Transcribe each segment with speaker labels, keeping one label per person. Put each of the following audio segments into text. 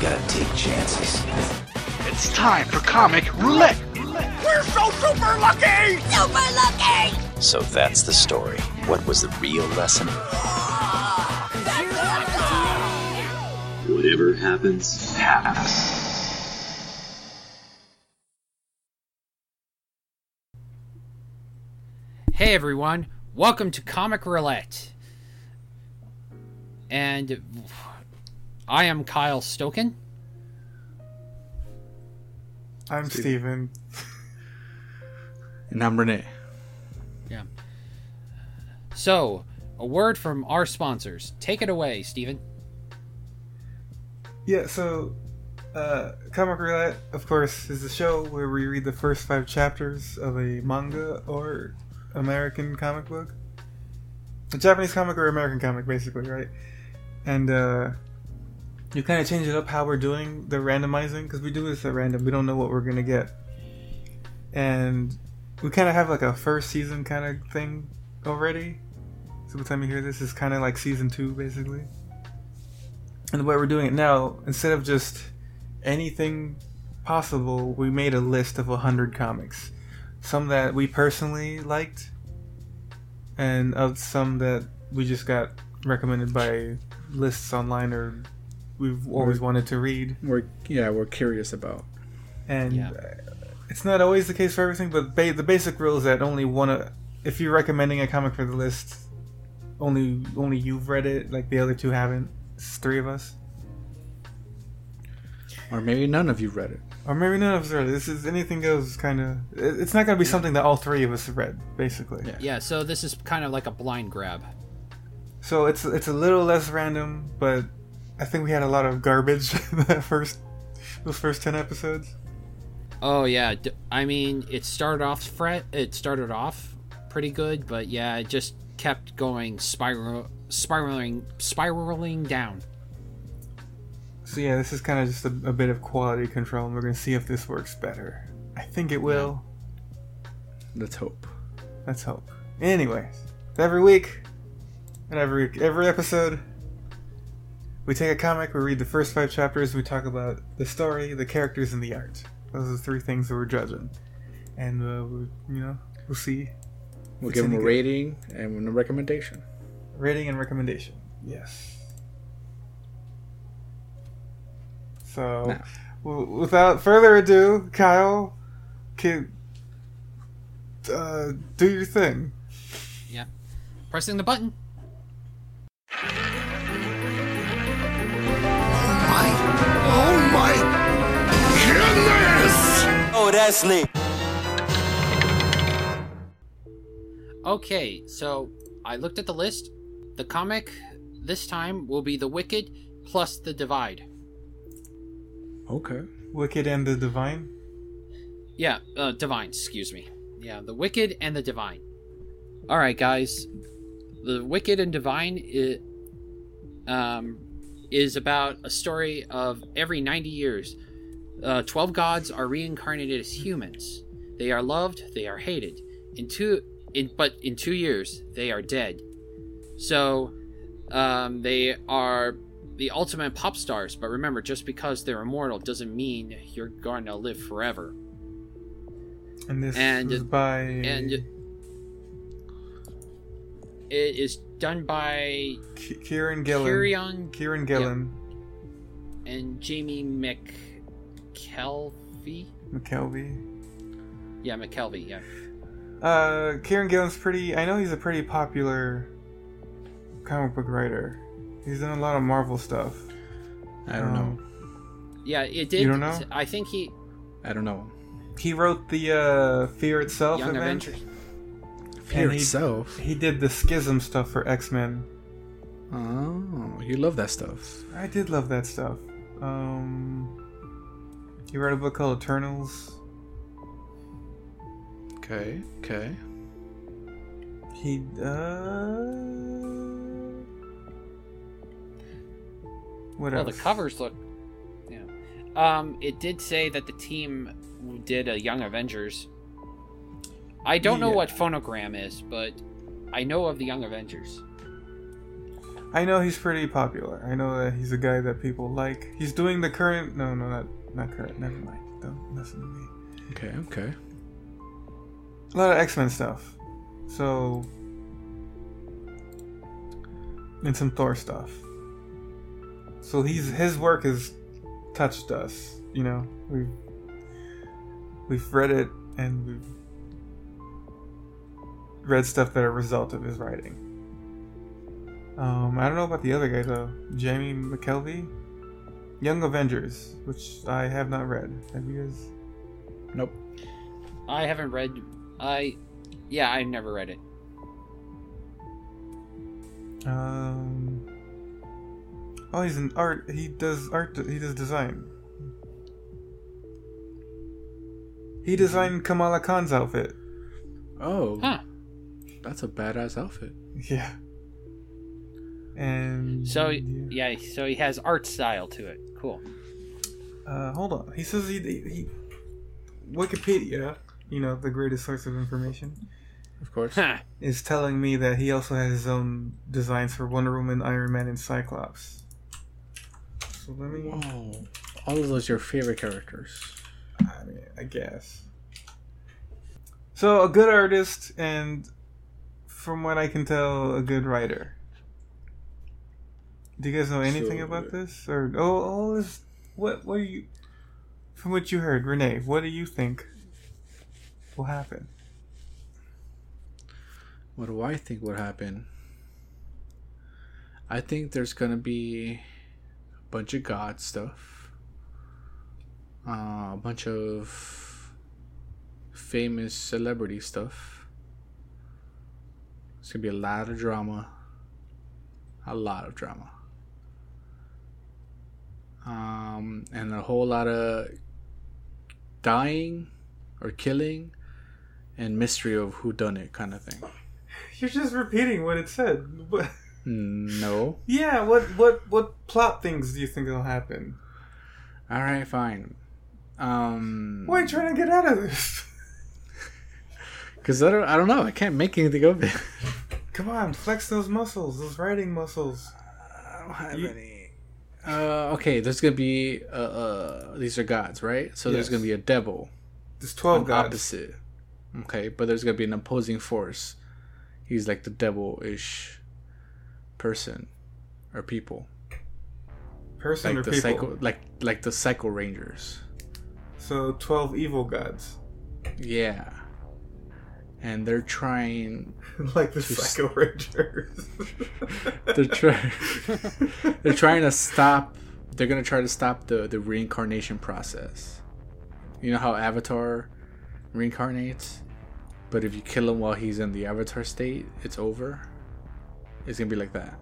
Speaker 1: gotta take chances.
Speaker 2: It's time for comic roulette.
Speaker 3: We're so super lucky!
Speaker 4: Super lucky!
Speaker 1: So that's the story. What was the real lesson?
Speaker 5: Whatever happens, happens.
Speaker 6: Hey everyone, welcome to Comic Roulette. And I am Kyle Stoken.
Speaker 7: I'm Steven.
Speaker 8: And I'm Renee.
Speaker 6: Yeah. So, a word from our sponsors. Take it away, Steven.
Speaker 7: Yeah, so uh, Comic Roulette, of course, is a show where we read the first five chapters of a manga or American comic book. A Japanese comic or American comic, basically, right? And uh, you kind of change it up how we're doing the randomizing, because we do this at random. We don't know what we're going to get. And we kind of have like a first season kind of thing already. So by the time you hear this, it's kind of like season two, basically. And the way we're doing it now, instead of just anything possible, we made a list of 100 comics. Some that we personally liked, and of some that we just got recommended by lists online or we've always wanted to read.
Speaker 8: We're yeah, we're curious about.
Speaker 7: And
Speaker 6: Yeah.
Speaker 7: uh, it's not always the case for everything, but ba- the basic rule is that only one. o- If you're recommending a comic for the list, only only you've read it. Like the other two haven't. It's three of us.
Speaker 8: Or maybe none of you read it.
Speaker 7: Or maybe none of us read it. This is anything goes kind of. It's not going to be something that all three of us read, basically.
Speaker 8: Yeah.
Speaker 6: Yeah, so this is kind of like a blind grab.
Speaker 7: So it's it's a little less random, but I think we had a lot of garbage that first those first ten episodes.
Speaker 6: Oh yeah, d- I mean, it started off fret. It started off pretty good, but yeah, it just kept going spiral, spiraling, spiraling down.
Speaker 7: So yeah, this is kind of just a, a bit of quality control, and we're going to see if this works better. I think it will.
Speaker 8: Let's hope.
Speaker 7: Let's hope. Anyways, every week, and every every episode, we take a comic, we read the first five chapters, we talk about the story, the characters, and the art. Those are the three things that we're judging, and uh, we, you know we'll see
Speaker 8: We'll
Speaker 7: It's
Speaker 8: give them a
Speaker 7: any good.
Speaker 8: rating and a recommendation.
Speaker 7: rating and recommendation. Yes. So,
Speaker 8: Now.
Speaker 7: w- without further ado, Kyle, can uh, do your thing.
Speaker 6: Pressing the button.
Speaker 3: Oh my goodness!
Speaker 6: Okay, so I looked at the list. The comic this time will be The Wicked plus The Divide.
Speaker 8: Okay.
Speaker 7: Wicked and the Divine.
Speaker 6: Yeah, uh, Divine, excuse me. Yeah, The Wicked and The Divine. All right, guys. The Wicked and Divine it, um, is about a story of every 90 years. Uh, 12 gods are reincarnated as humans. They are loved, they are hated. In two, in, but in two years, they are dead. So, um, they are the ultimate pop stars, but remember, just because they're immortal doesn't mean you're going to live forever.
Speaker 7: And this
Speaker 6: And-
Speaker 7: is by
Speaker 6: and it is done by
Speaker 7: K- Kieran Gillen.
Speaker 6: Kirion
Speaker 7: Kieran Gillen,
Speaker 6: and Jamie McKelvey.
Speaker 7: McKelvey.
Speaker 6: Yeah, McKelvey. Yeah,
Speaker 7: Uh, Kieran Gillen's pretty. I know he's a pretty popular comic book writer. He's done a lot of Marvel stuff.
Speaker 8: I don't know.
Speaker 6: yeah. It did.
Speaker 7: You don't know?
Speaker 6: I think he
Speaker 8: I don't know.
Speaker 7: He wrote the uh, Fear Itself
Speaker 6: Young
Speaker 7: event.
Speaker 6: Avengers.
Speaker 8: Fear
Speaker 7: he-
Speaker 8: itself.
Speaker 7: He did the Schism stuff for X Men.
Speaker 8: Oh, you love that stuff.
Speaker 7: I did love that stuff. Um, he wrote a book called Eternals.
Speaker 8: Okay. Okay.
Speaker 7: He uh, what
Speaker 6: Well, the
Speaker 7: else?
Speaker 6: covers look. Yeah. Um, it did say that the team did a Young Avengers. I don't know
Speaker 7: Yeah.
Speaker 6: what phonogram is, but I know of the Young Avengers.
Speaker 7: I know he's pretty popular. I know that he's a guy that people like. He's doing the current. No, no, not not current. Never mind. Don't listen to me.
Speaker 8: Okay, okay.
Speaker 7: A lot of X Men stuff. So. And some Thor stuff. So he's his work has touched us. You know, we've we've read it and we've read stuff that are a result of his writing. Um, I don't know about the other guy though, Jamie McKelvey, Young Avengers, which I have not read. Have you guys?
Speaker 8: Nope.
Speaker 6: I haven't read. I, yeah, I never read it.
Speaker 7: Um. Oh, he's an art. He does art. He does design. He designed Kamala Khan's outfit.
Speaker 8: Oh,
Speaker 6: Huh.
Speaker 8: that's a badass outfit.
Speaker 7: Yeah. And
Speaker 6: So yeah, so he has art style to it. Cool.
Speaker 7: Uh, hold on. He says he, he Wikipedia, you know, the greatest source of information,
Speaker 8: Of course.
Speaker 6: Huh.
Speaker 7: is telling me that he also has his own designs for Wonder Woman, Iron Man, and Cyclops. So let me.
Speaker 8: Whoa. All of those are your favorite characters.
Speaker 7: I mean, I guess. So a good artist and, from what I can tell, a good writer. Do you guys know anything
Speaker 8: So- uh,
Speaker 7: about this, or oh, all this? What what do you? From what you heard, Renee, what do you think will happen?
Speaker 8: What do I think would happen? I think there's gonna be a bunch of god stuff, uh, a bunch of famous celebrity stuff. It's gonna be a lot of drama, a lot of drama, um, and a whole lot of dying or killing and mystery of who done it kind of thing.
Speaker 7: You're just repeating what it said. What-
Speaker 8: No.
Speaker 7: yeah, what what what plot things do you think will happen?
Speaker 8: All right, fine. Um,
Speaker 7: Why are you trying to get out of this?
Speaker 8: Because I don't, I don't know. I can't make anything of it.
Speaker 7: Come on, flex those muscles, those writing muscles.
Speaker 8: I don't have
Speaker 7: You-
Speaker 8: any. Uh, okay, there's gonna be uh, uh, these are gods, right? So there's
Speaker 7: Yes.
Speaker 8: gonna be a devil,
Speaker 7: There's twelve
Speaker 8: an
Speaker 7: gods.
Speaker 8: opposite. Okay, but there's gonna be an opposing force. He's like the devil-ish person or people,
Speaker 7: Person
Speaker 8: like
Speaker 7: or
Speaker 8: the
Speaker 7: people.
Speaker 8: psycho, like like the psycho rangers.
Speaker 7: So twelve evil gods,
Speaker 8: Yeah, and they're trying
Speaker 7: like the Psycho Rangers.
Speaker 8: they're trying they're trying to stop they're gonna try to stop the the reincarnation process you know how avatar reincarnates but if you kill him while he's in the avatar state it's over it's gonna be like that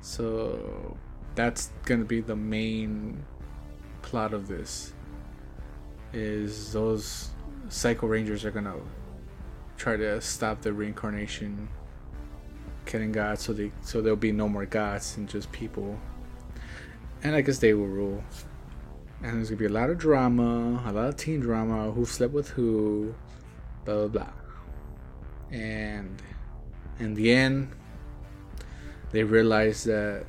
Speaker 8: so that's gonna be the main plot of this is those psycho rangers are gonna try to stop the reincarnation killing gods so they so there'll be no more gods and just people and i guess they will rule and there's gonna be a lot of drama a lot of teen drama who slept with who blah blah blah and in the end they realize that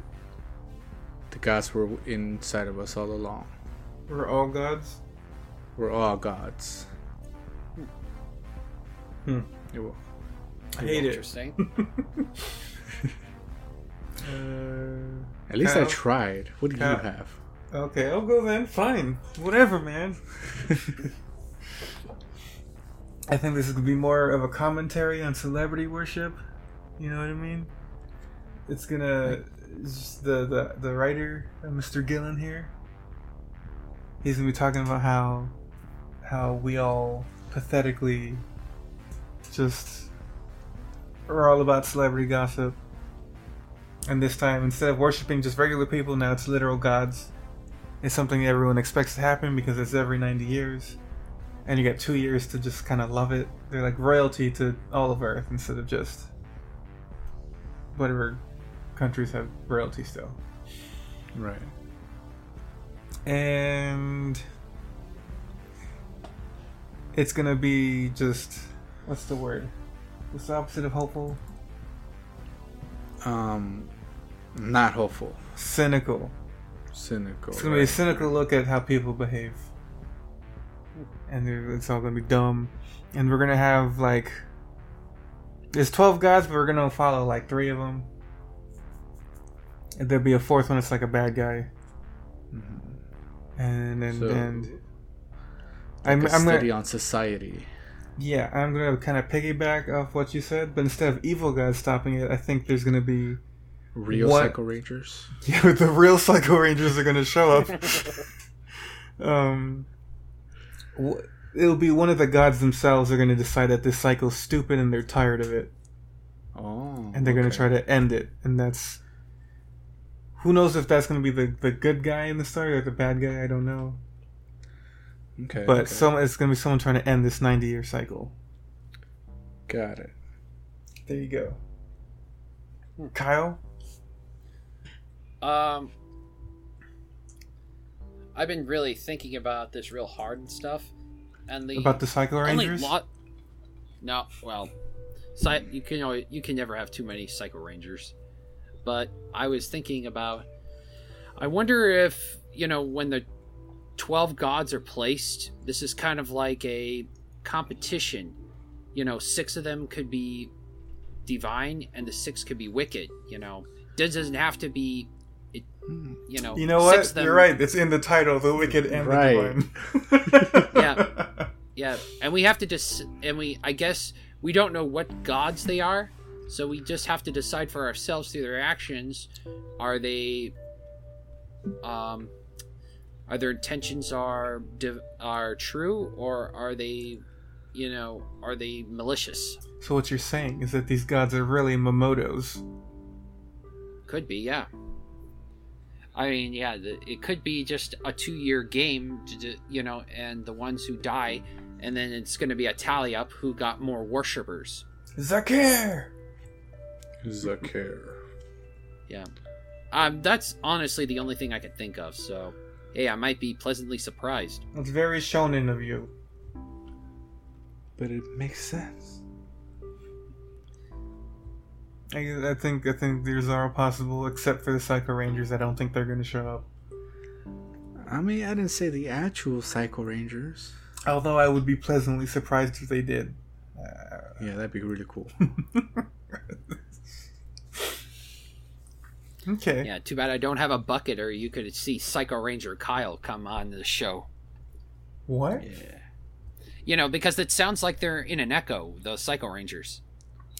Speaker 8: the gods were inside of us all along
Speaker 7: We're all gods.
Speaker 8: we're all gods
Speaker 7: Hmm.
Speaker 8: It wa-
Speaker 7: I hate it.
Speaker 6: Interesting.
Speaker 7: Uh,
Speaker 8: at least i
Speaker 7: Kyle?
Speaker 8: tried what do
Speaker 7: Kyle?
Speaker 8: you have
Speaker 7: okay, I'll go then. Fine, whatever, man. I think this is gonna be more of a commentary on celebrity worship. You know what I mean? It's gonna it's just the the the writer, uh, Mr. Gillen here. He's gonna be talking about how how we all pathetically just are all about celebrity gossip. And this time, instead of worshiping just regular people, now it's literal gods. It's something everyone expects to happen because it's every 90 years. And you get two years to just kind of love it. They're like royalty to all of Earth instead of just whatever countries have royalty still.
Speaker 8: right
Speaker 7: And it's gonna be just what's the word? What's the opposite of hopeful?
Speaker 8: um, not hopeful,
Speaker 7: Cynical.
Speaker 8: cynical.
Speaker 7: It's gonna be a cynical look at how people behave, and they're- it's all gonna be dumb. And we're gonna have like there's twelve gods, but we're gonna follow like three of them. And there'll be a fourth one. It's like a bad guy. And and
Speaker 8: Mm-hmm. So-
Speaker 7: and
Speaker 8: I'm,
Speaker 7: I'm, I'm
Speaker 8: study
Speaker 7: gonna,
Speaker 8: on society.
Speaker 7: yeah, I'm gonna kind of piggyback off what you said, but instead of evil gods stopping it, I think there's gonna be
Speaker 8: Real
Speaker 7: What-
Speaker 8: Psycho Rangers.
Speaker 7: yeah, the real Psycho Rangers are gonna show up. um, wh- it'll be one of the gods themselves are gonna decide that this cycle's stupid and they're tired of it,
Speaker 8: Oh,
Speaker 7: and they're gonna try to end it. And that's who knows if that's gonna be the the good guy in the story or the bad guy. I don't know.
Speaker 8: Okay,
Speaker 7: But
Speaker 8: okay.
Speaker 7: some it's gonna be someone trying to end this ninety year cycle.
Speaker 8: got it.
Speaker 7: There you go.
Speaker 8: Hmm.
Speaker 7: Kyle,
Speaker 6: Um, I've been really thinking about this real hard and stuff, and the
Speaker 7: about the Psycho
Speaker 6: only
Speaker 7: Rangers.
Speaker 6: lot. No, well, Psy- you can always, you can never have too many Psycho Rangers, but I was thinking about. I wonder if you know when the twelve gods are placed. This is kind of like a competition. You know, six of them could be divine, and the six could be wicked. You know, this doesn't have to be. It, you know,
Speaker 7: you know
Speaker 6: six
Speaker 7: what?
Speaker 6: of them-
Speaker 7: You're right. It's in the title, the wicked and
Speaker 8: Right.
Speaker 7: the divine.
Speaker 6: Yeah. Yeah, and we have to just, and we, I guess, we don't know what gods they are, so we just have to decide for ourselves through their actions. Are they, um, are their intentions are div- are true, or are they, you know, are they malicious?
Speaker 7: So what you're saying is that these gods are really Momotos.
Speaker 6: Could be, yeah. I mean, yeah, the, it could be just a two-year game, to, d- you know, and the ones who die, and then it's going to be a tally up who got more worshippers.
Speaker 7: Zakir!
Speaker 8: Zakir.
Speaker 6: Yeah. Um, that's honestly the only thing I could think of, so hey, I might be pleasantly surprised.
Speaker 7: That's very shonen of you.
Speaker 8: But it makes sense.
Speaker 7: I, I think I think these are all possible, except for the Psycho Rangers. I don't think they're going to show up.
Speaker 8: I mean, I didn't say the actual Psycho Rangers.
Speaker 7: Although I would be pleasantly surprised if they did. Uh,
Speaker 8: Yeah, that'd be really cool.
Speaker 7: okay.
Speaker 6: Yeah, too bad I don't have a bucket or you could see Psycho Ranger Kyle come on the show.
Speaker 7: What?
Speaker 8: yeah.
Speaker 6: You know, because it sounds like they're in an echo, the Psycho Rangers.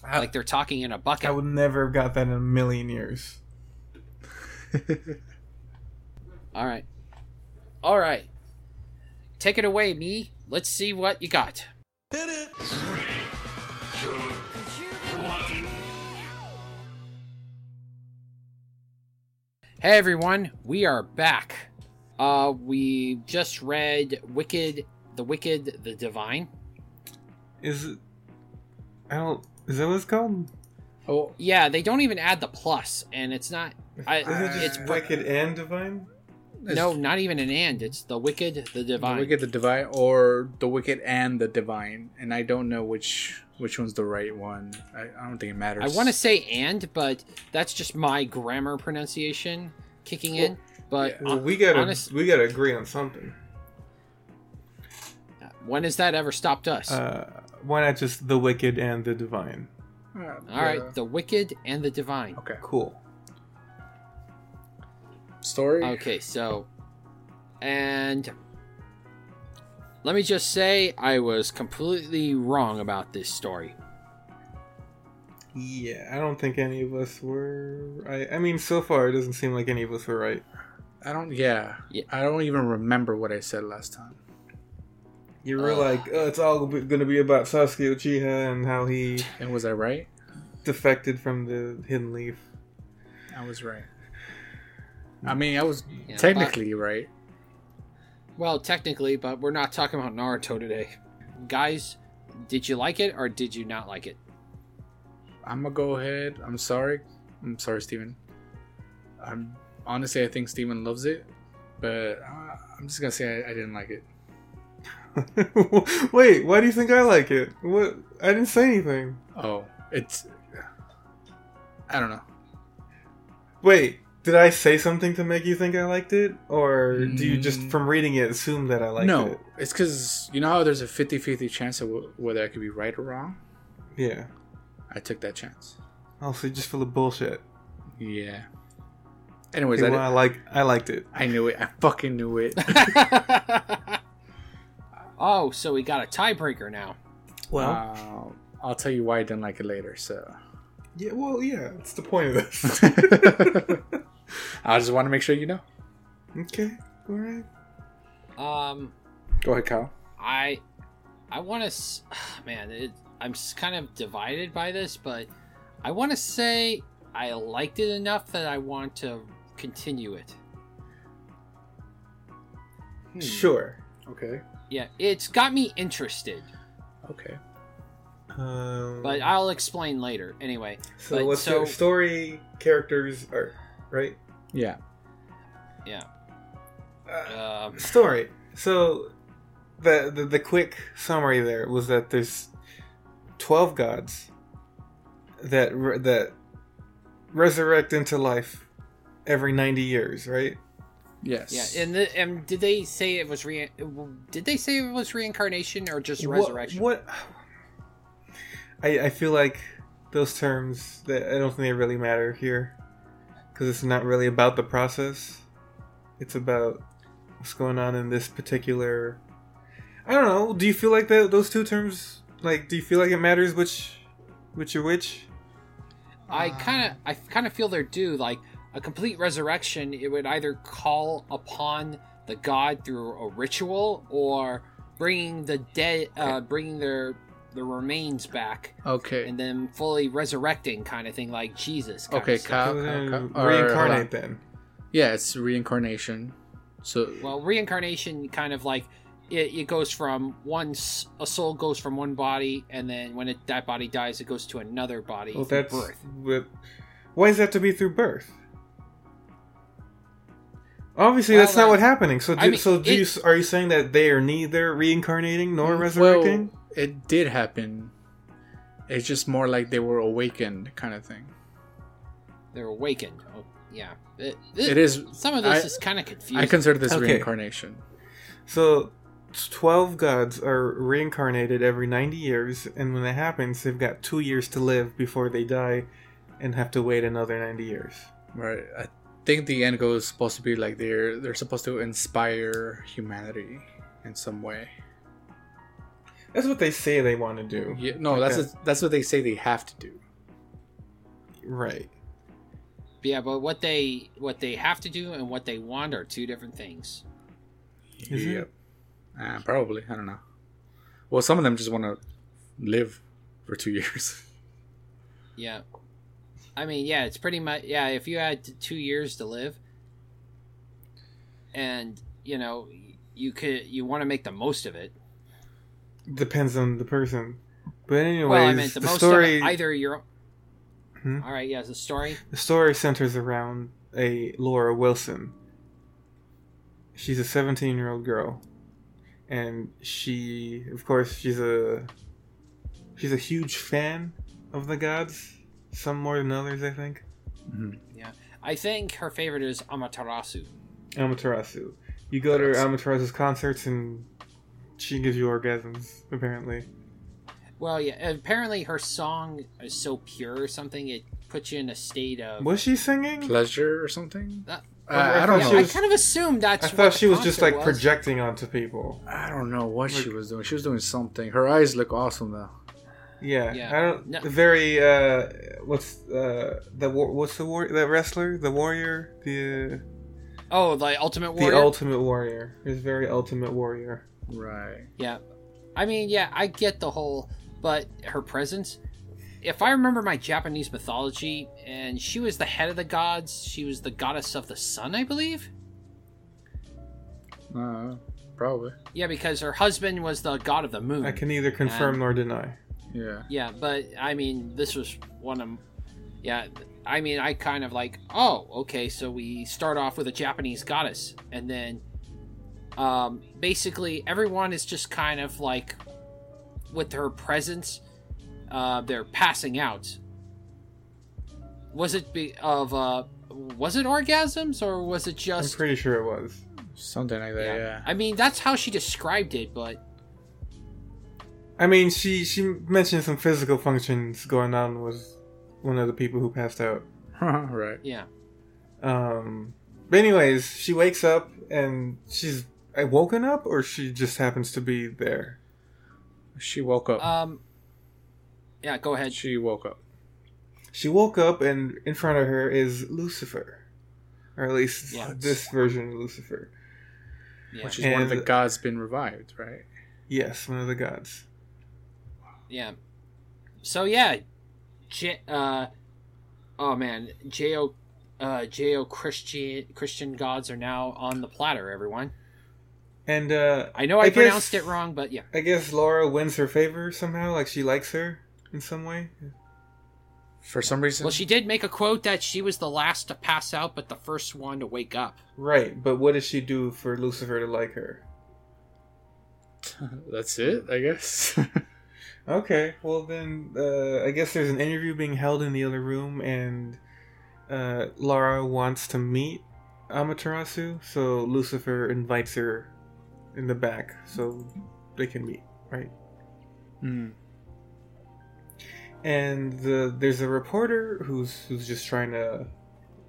Speaker 6: like they're talking in a bucket.
Speaker 7: I would never have got that in a million years.
Speaker 6: All right. All right. Take it away, me. Let's see what you got. Hey everyone, we are back. Uh, we just read Wicked, The Wicked, The Divine.
Speaker 7: Is it? I don't. Is that what it's called?
Speaker 6: Oh, yeah, they don't even add the plus, and it's not. I,
Speaker 7: Is it just
Speaker 6: Uh, it's
Speaker 7: wicked and divine?
Speaker 6: no, not even an and. It's the Wicked, the
Speaker 8: The
Speaker 6: Divine.
Speaker 8: Wicked, the Divine, or the Wicked and the Divine, and I don't know which which one's the right one. I, I don't think it matters.
Speaker 6: I want to say and, but that's just my grammar pronunciation kicking in. But
Speaker 7: Well,
Speaker 6: hon-
Speaker 7: we gotta
Speaker 6: Uh, honest-
Speaker 7: we gotta agree on something.
Speaker 6: uh, when has that ever stopped us?
Speaker 7: Uh, why not just the wicked and the divine?
Speaker 8: Uh,
Speaker 6: All right, the wicked and the divine.
Speaker 8: Okay.
Speaker 7: Cool.
Speaker 8: Story.
Speaker 6: Okay, so, and let me just say I was completely wrong about this story.
Speaker 7: Yeah, I don't think any of us were. I, I mean, so far it doesn't seem like any of us were right.
Speaker 8: I don't. Yeah.
Speaker 6: Yeah.
Speaker 8: I don't even remember what I said last time.
Speaker 7: You were
Speaker 6: Ugh.
Speaker 7: like, oh, it's all going to be about Sasuke Uchiha and how he
Speaker 8: And was I right?
Speaker 7: defected from the Hidden Leaf.
Speaker 8: I was right. I mean, I was
Speaker 6: Yeah,
Speaker 8: technically right.
Speaker 6: Well, technically, but we're not talking about Naruto today. Guys, did you like it or did you not like it?
Speaker 8: I'm gonna go ahead. I'm sorry. I'm sorry, Steven. I'm honestly, I think Steven loves it, but uh, I'm just gonna say I, I didn't like it.
Speaker 7: Wait, why do you think I like it? What? I didn't say anything.
Speaker 8: Oh, it's. I don't know.
Speaker 7: Wait, did I say something to make you think I liked it? Or do you just, from reading it, assume that I liked
Speaker 8: no,
Speaker 7: it?
Speaker 8: it's because you know how there's a 50 50 chance of w- whether I could be right or wrong?
Speaker 7: Yeah.
Speaker 8: I took that chance.
Speaker 7: Also, you're just full of bullshit.
Speaker 8: Yeah. Anyways,
Speaker 7: Okay,
Speaker 8: I,
Speaker 7: well, I,
Speaker 8: did-
Speaker 7: like, I liked it.
Speaker 8: I knew it. I fucking knew it.
Speaker 6: oh, so we got a tiebreaker now.
Speaker 7: Well,
Speaker 8: Um, I'll tell you why I didn't like it later. So
Speaker 7: yeah, well, yeah, that's the point of this.
Speaker 8: I just want to make sure you know.
Speaker 7: okay, alright.
Speaker 6: Um,
Speaker 8: Go ahead, Kyle.
Speaker 6: I, I want to, man, it, I'm s- kind of divided by this, but I want to say I liked it enough that I want to continue it.
Speaker 7: Sure.
Speaker 8: Okay.
Speaker 6: Yeah, it's got me interested,
Speaker 8: Okay.
Speaker 7: Um,
Speaker 6: but I'll explain later. Anyway,
Speaker 7: so,
Speaker 6: but
Speaker 7: what's your
Speaker 6: so-
Speaker 7: story, characters, art, right?
Speaker 8: Yeah.
Speaker 6: yeah.
Speaker 7: Uh,
Speaker 6: Um,
Speaker 7: story. So, the, the the quick summary there was that there's twelve gods that re- that resurrect into life every ninety years, right?
Speaker 6: yeah,
Speaker 8: Yes.
Speaker 6: and, the, and did they say it was re? Did they say it was reincarnation or just
Speaker 7: What-
Speaker 6: resurrection?
Speaker 7: What? I I feel like those terms that I don't think they really matter here because it's not really about the process. It's about what's going on in this particular. I don't know. Do you feel like that? Those two terms, like, do you feel like it matters which, which are which?
Speaker 6: I
Speaker 8: Um,
Speaker 6: kind of, I kind of feel they're due. Like a complete resurrection, it would either call upon the god through a ritual or bringing the dead, uh, bringing their the remains back
Speaker 8: Okay.
Speaker 6: and then fully resurrecting, kind of thing, like Jesus. kinda
Speaker 8: Ah, Okay,
Speaker 6: stuff.
Speaker 8: Kyle. Kyle, Kyle.
Speaker 7: Then
Speaker 8: Or, hold on.
Speaker 7: Reincarnate then.
Speaker 8: Yeah, it's reincarnation. So
Speaker 6: Well, reincarnation kind of like it, it goes from one s- a soul goes from one body, and then when it, that body dies, it goes to another body
Speaker 7: Well,
Speaker 6: through
Speaker 7: that's
Speaker 6: birth.
Speaker 7: what. Why does that have to be through birth? Obviously,
Speaker 6: Well,
Speaker 7: that's not
Speaker 6: like-
Speaker 7: what's happening. So, do,
Speaker 6: I mean,
Speaker 7: so do you,
Speaker 6: it- Mm,
Speaker 7: are you saying that they are neither reincarnating nor resurrecting?
Speaker 8: well, it did happen. It's just more like they were awakened, kind of thing.
Speaker 6: They're awakened. Oh, yeah, it,
Speaker 8: It is.
Speaker 6: Some of this
Speaker 8: I-
Speaker 6: is kind of confusing.
Speaker 8: I consider this
Speaker 7: Okay.
Speaker 8: reincarnation.
Speaker 7: so, twelve gods are reincarnated every ninety years, and when that happens, they've got two years to live before they die, and have to wait another ninety years.
Speaker 8: Right. I think the end goal is supposed to be like they're they're supposed to inspire humanity in some way.
Speaker 7: That's what they say they want to do.
Speaker 8: Yeah, no,
Speaker 7: Like
Speaker 8: that's
Speaker 7: that.
Speaker 8: what- that's what they say they have to do.
Speaker 7: right.
Speaker 6: Yeah, but what they what they have to do and what they want are two different things.
Speaker 7: Is it?
Speaker 8: Uh, probably. I don't know. Well, some of them just want to live for two years.
Speaker 6: Yeah. I mean, yeah, it's pretty much yeah, if you had t- 2 years to live and, you know, you could you want to make the most of it.
Speaker 7: Depends on the person. But anyways,
Speaker 6: well, I meant the,
Speaker 7: the
Speaker 6: most
Speaker 7: story
Speaker 6: of it, either your
Speaker 7: Hmm?
Speaker 6: All right, yeah, the story.
Speaker 7: The story centers around a Laura Wilson. She's a 17 year old girl. And she, of course, she's a she's a huge fan of the gods. Some more than others, I think.
Speaker 6: I think her favorite is Amaterasu.
Speaker 7: Amaterasu. You go to Amaterasu's concerts and she gives you orgasms, apparently.
Speaker 6: Well, yeah, apparently her song is so pure or something it puts you in a state of
Speaker 7: Was she singing?
Speaker 8: Pleasure or something?
Speaker 6: Uh,
Speaker 8: Uh, I don't
Speaker 7: I thought
Speaker 8: know.
Speaker 7: she
Speaker 6: I
Speaker 7: was-
Speaker 6: kind of assumed that's
Speaker 7: I
Speaker 6: what
Speaker 7: thought
Speaker 6: the
Speaker 7: she was just
Speaker 6: concert
Speaker 7: like
Speaker 6: was.
Speaker 7: projecting onto people.
Speaker 8: I don't know what she was doing. She was doing something. Her eyes look awesome though.
Speaker 7: Yeah,
Speaker 6: Yeah.
Speaker 7: I don't.
Speaker 6: No.
Speaker 7: Very. Uh, what's uh, the war, what's the war, the wrestler, the warrior, the
Speaker 6: Oh, the Ultimate
Speaker 7: the
Speaker 6: Warrior.
Speaker 7: ultimate warrior. His very ultimate warrior.
Speaker 8: Right.
Speaker 6: Yeah. I mean, yeah, I get the whole, but her presence. If I remember my Japanese mythology, and she was the head of the gods, she was the goddess of the sun, I believe?
Speaker 8: Uh, probably.
Speaker 6: Yeah, because her husband was the god of the moon.
Speaker 7: I can neither confirm
Speaker 6: Hmm. And-
Speaker 7: nor deny.
Speaker 8: Yeah.
Speaker 6: Yeah, but I mean, this was one of. Yeah, I mean, I kind of like, oh, okay, so we start off with a Japanese goddess, and then um, basically everyone is just kind of like, with her presence, uh, they're passing out. Was it be- of uh, was it orgasms or was it
Speaker 7: I'm
Speaker 6: just
Speaker 7: pretty sure it was.
Speaker 8: Something like that, yeah.
Speaker 6: I mean, that's how she described it, but
Speaker 7: I mean, she she mentioned some physical functions going on with one of the people who passed out.
Speaker 8: right.
Speaker 6: yeah.
Speaker 7: Um, but anyways, she wakes up and she's uh, woken up, or she just happens to be there.
Speaker 8: She woke up.
Speaker 6: Um Yeah, go ahead.
Speaker 8: she woke up.
Speaker 7: She woke up, and in front of her is Lucifer, or at least
Speaker 6: Yeah.
Speaker 7: this version of Lucifer.
Speaker 6: Yeah.
Speaker 8: Which is one of the
Speaker 7: And-
Speaker 8: gods been revived, right?
Speaker 7: Yes, one of the gods.
Speaker 6: Yeah. So yeah, J- uh, oh man, Jo, uh, Jo Christian Christian gods are now on the platter. Everyone,
Speaker 7: And uh,
Speaker 6: I know I,
Speaker 7: I guess-
Speaker 6: pronounced it wrong, but yeah,
Speaker 7: I guess Laura wins her favor somehow. Like she likes her in some way.
Speaker 8: For some reason.
Speaker 6: well, she did make a quote that she was the last to pass out, but the first one to wake up.
Speaker 7: Right, but what does she do for Lucifer to like her?
Speaker 8: That's it, I guess.
Speaker 7: Okay, well then, uh, I guess there's an interview being held in the other room, and uh, Lara wants to meet Amaterasu, so Lucifer invites her in the back so they can meet, right?
Speaker 8: Hmm.
Speaker 7: And the, there's a reporter who's who's just trying to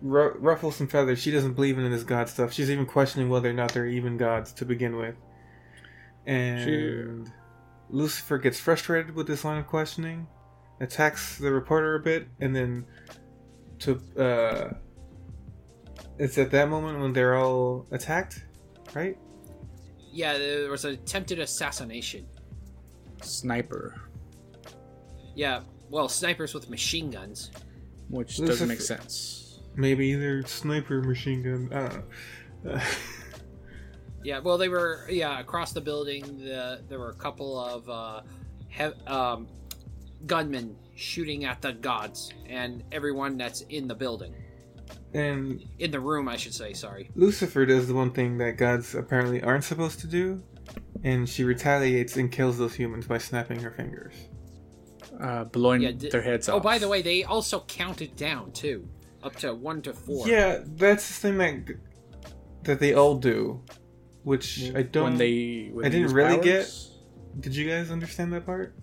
Speaker 7: ru- ruffle some feathers. She doesn't believe in this god stuff. She's even questioning whether or not they're even gods to begin with. And Lucifer gets frustrated with this line of questioning, attacks the reporter a bit, and then to uh, it's at that moment when they're all attacked, right?
Speaker 6: Yeah, there was an attempted assassination.
Speaker 8: Sniper.
Speaker 6: Yeah, well, snipers with machine guns.
Speaker 8: Which
Speaker 7: Lucifer-
Speaker 8: doesn't make sense.
Speaker 7: Maybe they're sniper machine gun. I don't know.
Speaker 6: Yeah, well, they were yeah across the building. The, there were a couple of uh, he- um, gunmen shooting at the gods and everyone that's in the building,
Speaker 7: and
Speaker 6: in the room, I should say. Sorry.
Speaker 7: Lucifer does the one thing that gods apparently aren't supposed to do, and she retaliates and kills those humans by snapping her fingers.
Speaker 8: Uh, blowing
Speaker 6: Yeah, di-
Speaker 8: their heads
Speaker 6: Oh,
Speaker 8: off.
Speaker 6: by the way, they also counted down too, up to one to four.
Speaker 7: Yeah, that's the thing that that they all do, which I don't.
Speaker 8: When they, when
Speaker 7: I didn't
Speaker 8: use
Speaker 7: really
Speaker 8: powers,
Speaker 7: Did you guys understand that part?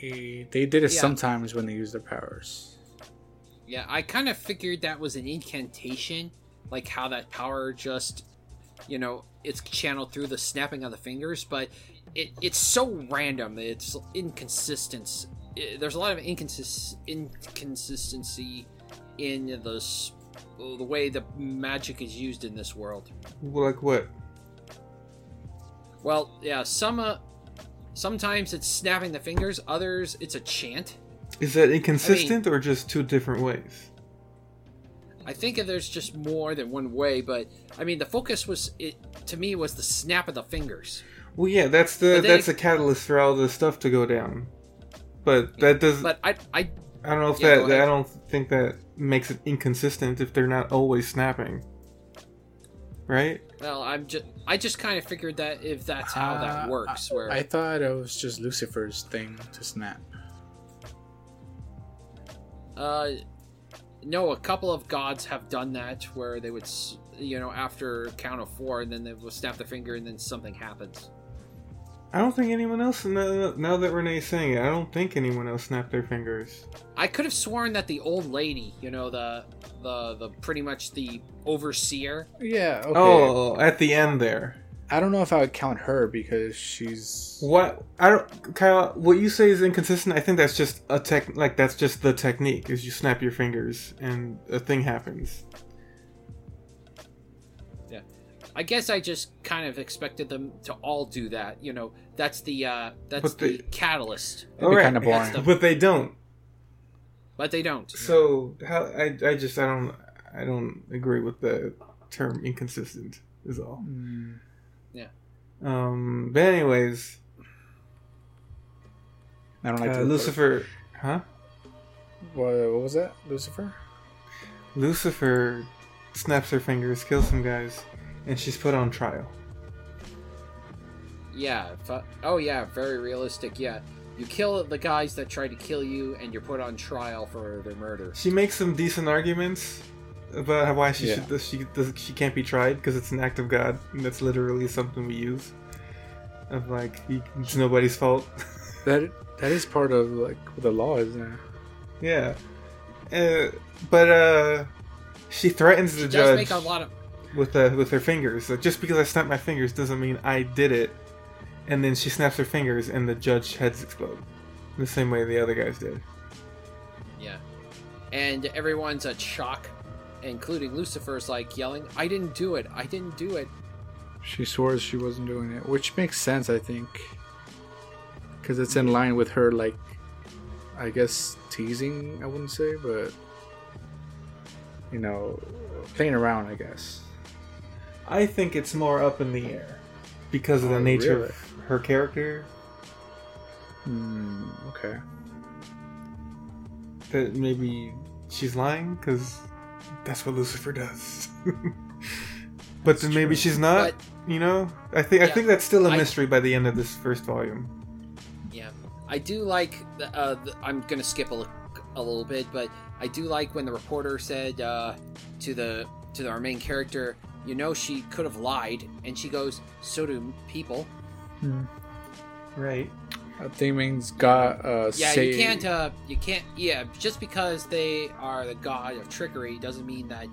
Speaker 8: They, they did it
Speaker 6: Yeah.
Speaker 8: sometimes when they use their powers.
Speaker 6: Yeah, I kind of figured that was an incantation, like how that power just, you know, it's channeled through the snapping of the fingers, but it, it's so random. It's inconsistent. eh, There's a lot of inconsist- inconsistency in the, s- the way the magic is used in this world.
Speaker 7: Like what?
Speaker 6: Well, yeah, some uh, sometimes it's snapping the fingers, others it's a chant.
Speaker 7: Is that inconsistent or just two different ways?
Speaker 6: I think there's just more than one way, but I mean, the focus was it to me was the snap of the fingers.
Speaker 7: Well, yeah, that's the
Speaker 6: But then
Speaker 7: that's
Speaker 6: it-
Speaker 7: the catalyst for all the stuff to go down. But that does.
Speaker 6: But I, I,
Speaker 7: I don't know if
Speaker 6: Yeah, go
Speaker 7: that. I
Speaker 6: ahead.
Speaker 7: don't think that makes it inconsistent if they're not always snapping. Right.
Speaker 6: well, I'm just, I just kind of figured that if that's how that
Speaker 8: Uh,
Speaker 6: works,
Speaker 8: I,
Speaker 6: where
Speaker 8: I thought it was just Lucifer's thing to snap.
Speaker 6: uh, no, a couple of gods have done that where they would, s- you know, after count of four, and then they will snap their finger, and then something happens.
Speaker 7: I don't think anyone else. Now, now that Renee's saying it, I don't think anyone else snapped their fingers.
Speaker 6: I could have sworn that the old lady, you know, the, the, the pretty much the overseer.
Speaker 8: Yeah. Okay.
Speaker 7: Oh, at the end there.
Speaker 8: I don't know if I would count her because she's.
Speaker 7: What I don't, Kyle. What you say is inconsistent. I think that's just a tech. Like that's just the technique. Is you snap your fingers and a thing happens.
Speaker 6: I guess I just kind of expected them to all do that. You know, that's the uh, that's
Speaker 7: But they- Oh.
Speaker 6: the catalyst,
Speaker 8: It'd be kind of boring.
Speaker 6: That's the-
Speaker 7: but they don't.
Speaker 6: but they don't.
Speaker 7: So how? I, I just I don't I don't agree with the term inconsistent. Is all.
Speaker 8: Mm,
Speaker 7: Um. But anyways,
Speaker 8: I don't like
Speaker 7: uh,
Speaker 8: the-
Speaker 7: Lucifer. Huh.
Speaker 8: What, what was that? Lucifer.
Speaker 7: Lucifer snaps her fingers, kills some guys, and she's put on trial.
Speaker 6: Yeah. fu- oh yeah, very realistic. Yeah, you kill the guys that try to kill you, and you're put on trial for their murder.
Speaker 7: She makes some decent arguments. about how why she
Speaker 8: Yeah.
Speaker 7: should does she does, she can't be tried because it's an act of God, and that's literally something we use. Of like, you- it's nobody's fault.
Speaker 8: That that is part of like the law, isn't it?
Speaker 7: yeah, uh, but uh, she threatens the
Speaker 6: She does
Speaker 7: judge
Speaker 6: make a lot of.
Speaker 7: with uh, with her fingers. Like, just because I snapped my fingers doesn't mean I did it. And then she snaps her fingers, and the judge heads explode, the same way the other guys did.
Speaker 6: Yeah. And everyone's at shock, including Lucifer's like yelling, I didn't do it. I didn't do it.
Speaker 8: She swore she wasn't doing it, which makes sense, I think, because it's in line with her like, I guess teasing. I wouldn't say, but you know, playing around. I guess.
Speaker 7: I think it's more up in the air because of the
Speaker 8: Oh,
Speaker 7: nature
Speaker 8: really?
Speaker 7: of her character.
Speaker 8: Hmm. Okay.
Speaker 7: That maybe she's lying because that's what Lucifer does. but then maybe she's not.
Speaker 6: But
Speaker 7: you know, I think I
Speaker 6: Yeah.
Speaker 7: think that's still a
Speaker 6: I-
Speaker 7: mystery by the end of this first volume.
Speaker 6: yeah, I do like. The, uh, the, I'm gonna skip a, li- a little bit, but I do like when the reporter said uh, to the to our main character, "You know, she could have lied," and she goes, "So do people."
Speaker 7: Right.
Speaker 8: I think means God. Uh,
Speaker 6: Yeah,
Speaker 8: say,
Speaker 6: you can't. Uh, you can't. Yeah, just because they are the god of trickery doesn't mean that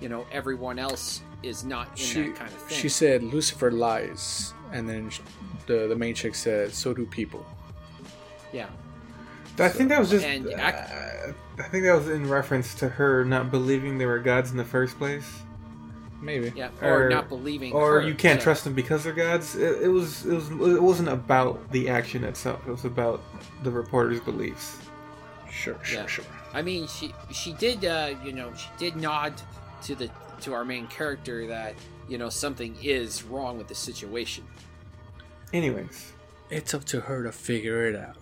Speaker 6: you know everyone else is not in
Speaker 8: she
Speaker 6: that kind of thing.
Speaker 8: she said Lucifer lies, and then sh the the main chick said, "So do people."
Speaker 6: yeah.
Speaker 7: I think that was just.
Speaker 6: And act-
Speaker 7: uh, I think that was in reference to her not believing there were gods in the first place,
Speaker 8: Maybe.
Speaker 6: Yeah, or,
Speaker 7: Or-
Speaker 6: not believing,
Speaker 7: or
Speaker 6: her,
Speaker 7: you can't
Speaker 6: so-
Speaker 7: trust them because they're gods. It, it was. It was. It wasn't about the action itself. It was about the reporter's beliefs.
Speaker 8: Sure. Sure.
Speaker 6: Yeah.
Speaker 8: Sure.
Speaker 6: I mean, she she did, uh, you know, she did nod to the to our main character that you know something is wrong with the situation.
Speaker 7: Anyways.
Speaker 8: It's up to her to figure it out.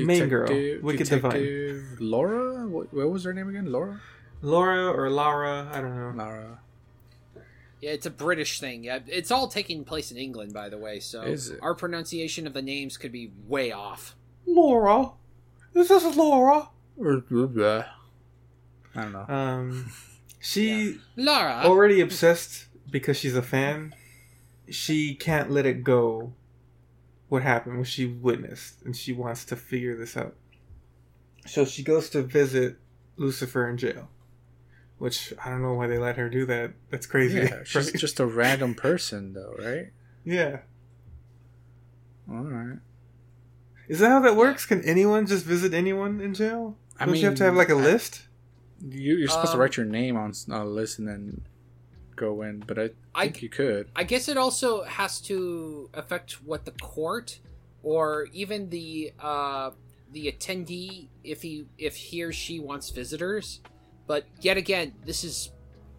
Speaker 7: Main girl,
Speaker 8: Detective-
Speaker 7: Wicked
Speaker 8: Detective Laura? What, what was her name again? Laura?
Speaker 7: Laura or Lara, I don't know.
Speaker 8: Laura.
Speaker 6: Yeah, it's a British thing. Yeah, It's all taking place in England, by the way. So
Speaker 8: Is it?
Speaker 6: our pronunciation of the names could be way off.
Speaker 7: Laura, is this Laura?
Speaker 8: I don't know.
Speaker 7: Um, she
Speaker 6: Laura,
Speaker 7: already obsessed because she's a fan. She can't let it go. What happened? What she witnessed, and she wants to figure this out. So she goes to visit Lucifer in jail, which I don't know why they let her do that. That's crazy.
Speaker 8: yeah, she's
Speaker 7: Right?
Speaker 8: just a random person, though, right?
Speaker 7: yeah.
Speaker 8: All right.
Speaker 7: Is that how that works? Can anyone just visit anyone in jail?
Speaker 8: I
Speaker 7: Don't you have to have like a
Speaker 8: I-
Speaker 7: list?
Speaker 8: You, you're supposed to
Speaker 6: Um,
Speaker 8: write your name on s- on a list and then go in, but I
Speaker 6: I-
Speaker 8: think you could.
Speaker 6: I guess it also has to affect what the court or even the uh, the attendee if he if he or she wants visitors. But yet again, this is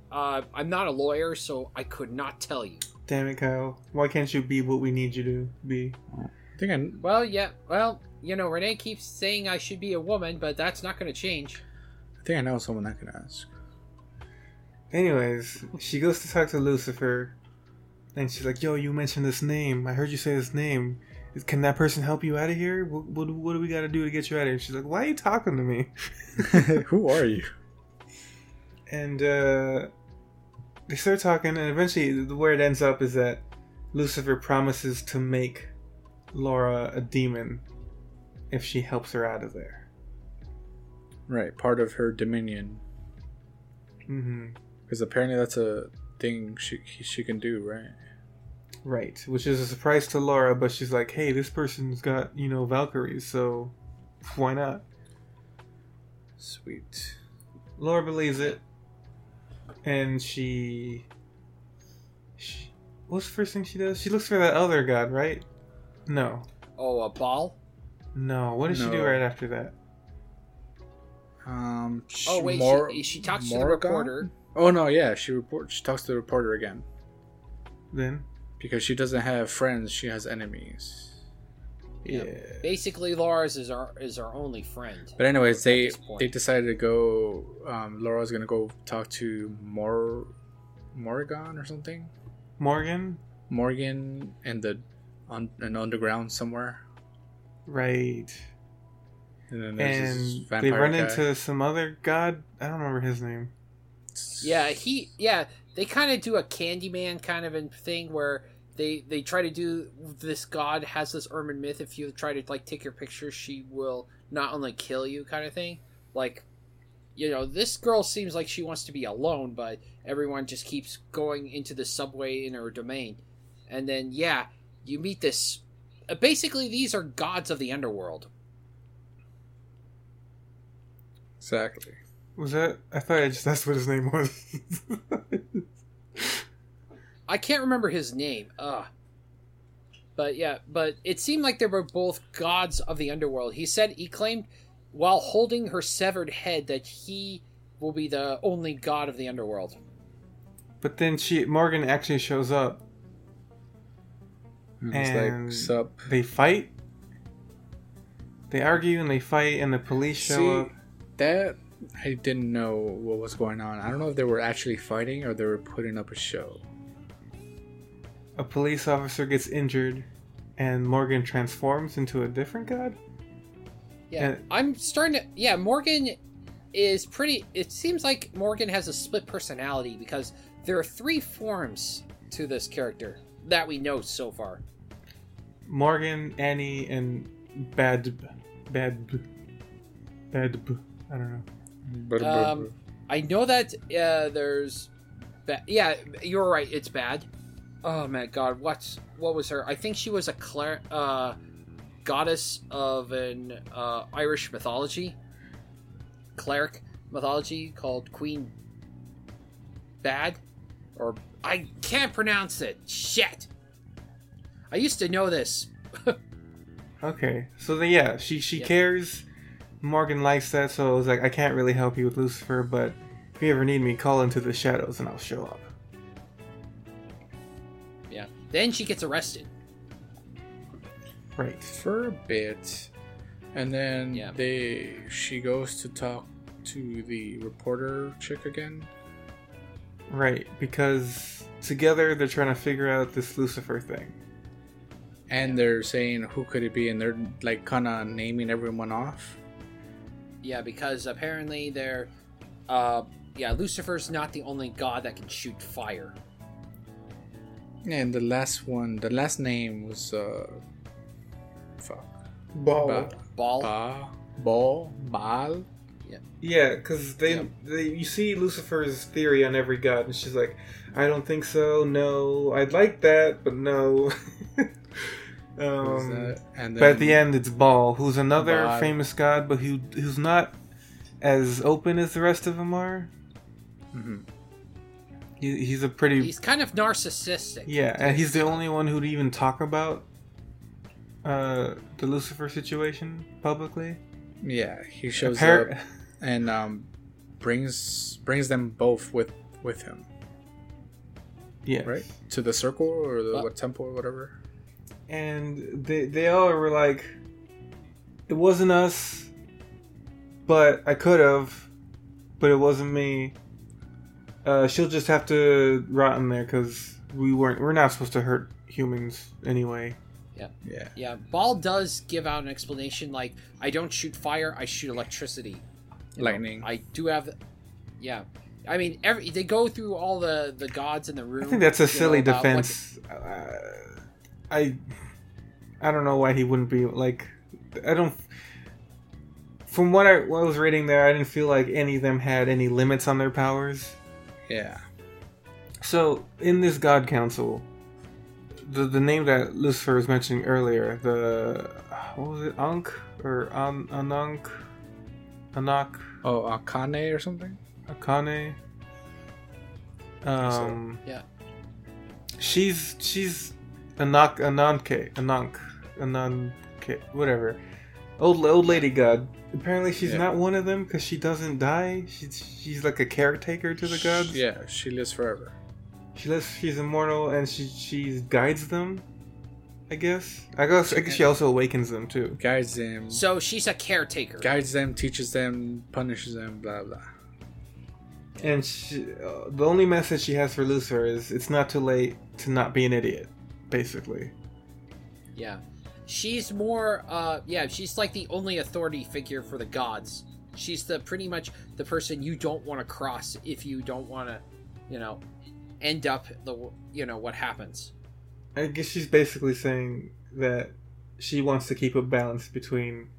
Speaker 6: uh, I'm not a lawyer, so I could not tell you.
Speaker 7: Damn it, Kyle. Why can't you be what we need you to be?
Speaker 8: I think I
Speaker 6: Well, yeah, well, you know, Renee keeps saying I should be a woman, but that's not going to change.
Speaker 8: I think I know someone I can ask.
Speaker 7: Anyways, she goes to talk to Lucifer, and she's like, "Yo, you mentioned this name. I heard you say this name. Is- Can that person help you out of here? What, what, what do we got to do to get you out of here?" She's like, "Why are you talking to me?"
Speaker 8: Who are you?
Speaker 7: And uh, they start talking, and eventually, where it ends up is that Lucifer promises to make Laura a demon if she helps her out of there.
Speaker 8: Right, part of her dominion,
Speaker 7: hmm
Speaker 8: because apparently that's a thing she she can do, right?
Speaker 7: Right, which is a surprise to Laura, but she's like, "Hey, this person's got you know Valkyries, so why not?"
Speaker 8: Sweet.
Speaker 7: Laura believes it, and she, she what's the first thing she does? She looks for that other god, right? No,
Speaker 6: Oh, a ball?
Speaker 7: no. What does she do
Speaker 8: No.
Speaker 7: right after that?
Speaker 8: Um.
Speaker 6: Oh, wait,
Speaker 8: Mor-
Speaker 6: she, she talks to the
Speaker 8: Morrigan?
Speaker 6: reporter.
Speaker 8: Oh no, yeah, she report. She talks to the reporter again
Speaker 7: Then,
Speaker 8: because she doesn't have friends. She has enemies.
Speaker 6: Yeah.
Speaker 7: yeah.
Speaker 6: Basically, Laura's is our is our only friend.
Speaker 8: But anyways, they
Speaker 6: this point.
Speaker 8: they decided to go. Um, Laura's gonna go talk to Mor, Morrigan or something.
Speaker 7: Morgan,
Speaker 8: Morgan and the on an underground somewhere.
Speaker 7: right?
Speaker 8: And then there's this
Speaker 7: And they
Speaker 8: vampire
Speaker 7: run
Speaker 8: guy.
Speaker 7: into some other god. I don't remember his name.
Speaker 6: Yeah, he yeah, they kind of do a Candyman kind of an thing where they they try to do this god has this urban myth if you try to like take your picture she will not only kill you kind of thing. Like you know, this girl seems like she wants to be alone, but everyone just keeps going into the subway in her domain. And then yeah, you meet this uh, basically these are gods of the underworld.
Speaker 8: Exactly.
Speaker 7: Was that? I thought I just, that's what his name was.
Speaker 6: I can't remember his name. Ugh. But yeah, but it seemed like they were both gods of the underworld. He said he claimed while holding her severed head that he will be the only god of the underworld.
Speaker 7: but then she Morgan actually shows up.
Speaker 8: It's
Speaker 7: And-
Speaker 8: like sup.
Speaker 7: They fight. They argue and they fight, and the police show
Speaker 8: See,
Speaker 7: up.
Speaker 8: that I didn't know what was going on. I don't know if they were actually fighting or they were putting up a show.
Speaker 7: A police officer gets injured, and Morgan transforms into a different god.
Speaker 6: Yeah.
Speaker 7: Yeah.
Speaker 6: I'm starting to yeah, Morgan is pretty it seems like Morgan has a split personality because there are three forms to this character that we know so far.
Speaker 7: Morgan, Annie, and Bad, Bad, Bad. I don't know.
Speaker 6: Um, I know that uh, there's, ba- yeah, you're right. It's bad. Oh my god, what's what was her? I think she was a cler- uh, goddess of an uh, Irish mythology, cleric mythology called Queen Bad, or I can't pronounce it. Shit. I used to know this.
Speaker 7: Okay, so then, yeah, she she
Speaker 6: Yeah.
Speaker 7: cares. Morgan likes that, so I was like, I can't really help you with Lucifer, but if you ever need me, call into the shadows and I'll show up.
Speaker 6: Yeah. Then she gets arrested.
Speaker 7: Right.
Speaker 8: for a bit, and then
Speaker 6: Yeah.
Speaker 8: they she goes to talk to the reporter chick again.
Speaker 7: Right, because together they're trying to figure out this Lucifer thing.
Speaker 8: And they're saying who could it be, and they're like kind of naming everyone off.
Speaker 6: Yeah, because apparently they're, uh, yeah, Lucifer's not the only god that can shoot fire.
Speaker 8: And the last one, the last name was uh, fuck,
Speaker 7: Ball.
Speaker 8: ba,
Speaker 6: Ball.
Speaker 7: Uh,
Speaker 8: ba, ball, ball.
Speaker 7: Yeah, because they,
Speaker 6: Yeah.
Speaker 7: they you see Lucifer's theory on every god, and she's like, I don't think so. No, I'd like that, but no.
Speaker 8: Who's
Speaker 7: um,
Speaker 8: that? And
Speaker 7: But at
Speaker 8: then-
Speaker 7: the end, it's Baal, who's another
Speaker 8: Baal.
Speaker 7: famous god, but who who's not as open as the rest of them are.
Speaker 8: Mhm.
Speaker 7: He, he's a pretty
Speaker 6: He's kind of narcissistic.
Speaker 7: yeah, and he's the only one who'd even talk about uh, the Lucifer situation publicly.
Speaker 8: yeah, he shows
Speaker 7: Appar-
Speaker 8: up and um, brings brings them both with with him,
Speaker 7: yeah,
Speaker 8: right, to the circle or the
Speaker 6: Well-
Speaker 8: what temple or whatever.
Speaker 7: and they they all were like, "It wasn't us, but I could have, but it wasn't me." Uh, she'll just have to rot in there because we weren't we're not supposed to hurt humans anyway.
Speaker 8: Yeah.
Speaker 6: Yeah, Ball does give out an explanation like, I don't shoot fire, I shoot electricity.
Speaker 8: lightning.
Speaker 6: I do have, yeah. I mean, every they go through all the the gods in the room.
Speaker 7: I think that's
Speaker 6: you
Speaker 7: a
Speaker 6: know,
Speaker 7: silly
Speaker 6: about what-
Speaker 7: defense. Uh, I I don't know why he wouldn't be like I don't. From what I, what I was reading there, I didn't feel like any of them had any limits on their powers.
Speaker 8: yeah.
Speaker 7: So in this God Council, the the name that Lucifer was mentioning earlier, the what was it, Ankh or An Anank, Anak,
Speaker 8: Oh, Akane or something.
Speaker 7: Akane. Um,
Speaker 6: yeah.
Speaker 7: she's she's Anak Ananke Anank Ananke whatever, old old lady God. Apparently she's
Speaker 8: Yeah.
Speaker 7: not one of them because she doesn't die. She's she's like a caretaker to the gods.
Speaker 8: Yeah, she lives forever.
Speaker 7: She lives. She's immortal, and she she guides them. I guess. I guess. I guess she also awakens them too.
Speaker 8: Guides them,
Speaker 6: So she's a caretaker.
Speaker 8: guides them, teaches them, punishes them, blah blah.
Speaker 7: And she, uh, the only message she has for Lucifer is, "It's not too late to not be an idiot." Basically.
Speaker 6: Yeah. She's more uh yeah, she's like the only authority figure for the gods She's the pretty much the person you don't want to cross if you don't want to, you know, end up the you know what happens.
Speaker 7: I guess she's basically saying that she wants to keep a balance between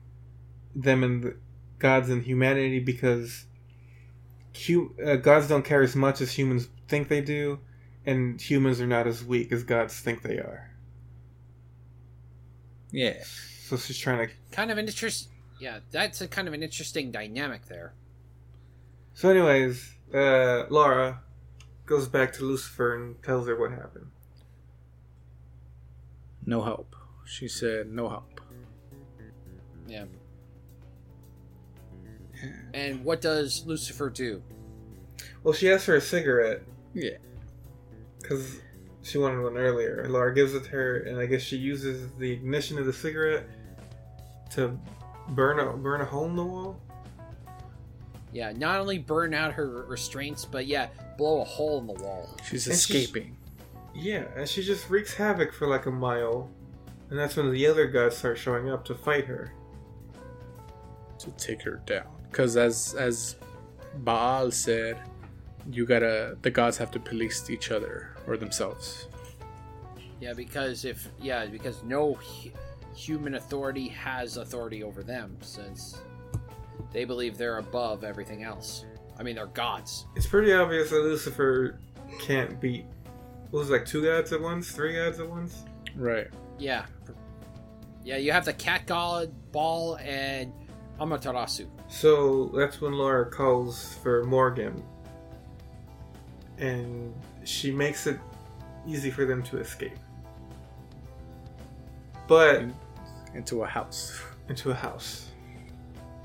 Speaker 7: them and the gods and humanity because hu- uh, gods don't care as much as humans think they do, and humans are not as weak as gods think they are.
Speaker 8: Yeah.
Speaker 7: So she's trying to.
Speaker 6: Kind of an interest. Yeah, that's a kind of an interesting dynamic there.
Speaker 7: So, anyways, uh, Laura goes back to Lucifer and tells her what happened.
Speaker 8: No help. She said no help.
Speaker 6: Yeah. And what does Lucifer do?
Speaker 7: Well, she asked for a cigarette
Speaker 8: Yeah.
Speaker 7: because she wanted one earlier. Laura gives it to her, and I guess she uses the ignition of the cigarette to burn a burn a hole in the wall.
Speaker 6: Yeah, not only burn out her restraints, but yeah, blow a hole in the wall.
Speaker 8: She's
Speaker 7: And she's-
Speaker 8: escaping.
Speaker 7: Yeah, and she just wreaks havoc for like a mile, and that's when the other gods start showing up to fight her.
Speaker 8: to take her down because as as baal said you gotta the gods have to police each other or themselves
Speaker 6: Yeah, because if yeah, because no hu- human authority has authority over them since they believe they're above everything else. I mean, they're gods.
Speaker 7: It's pretty obvious that Lucifer can't beat. What was it, like two gods at once, three gods at once?
Speaker 8: right
Speaker 6: Yeah. Yeah, you have the cat god, ball, and Amaterasu.
Speaker 7: So that's when Laura calls for Morgan. And she makes it easy for them to escape. But
Speaker 8: into a house
Speaker 7: into a house.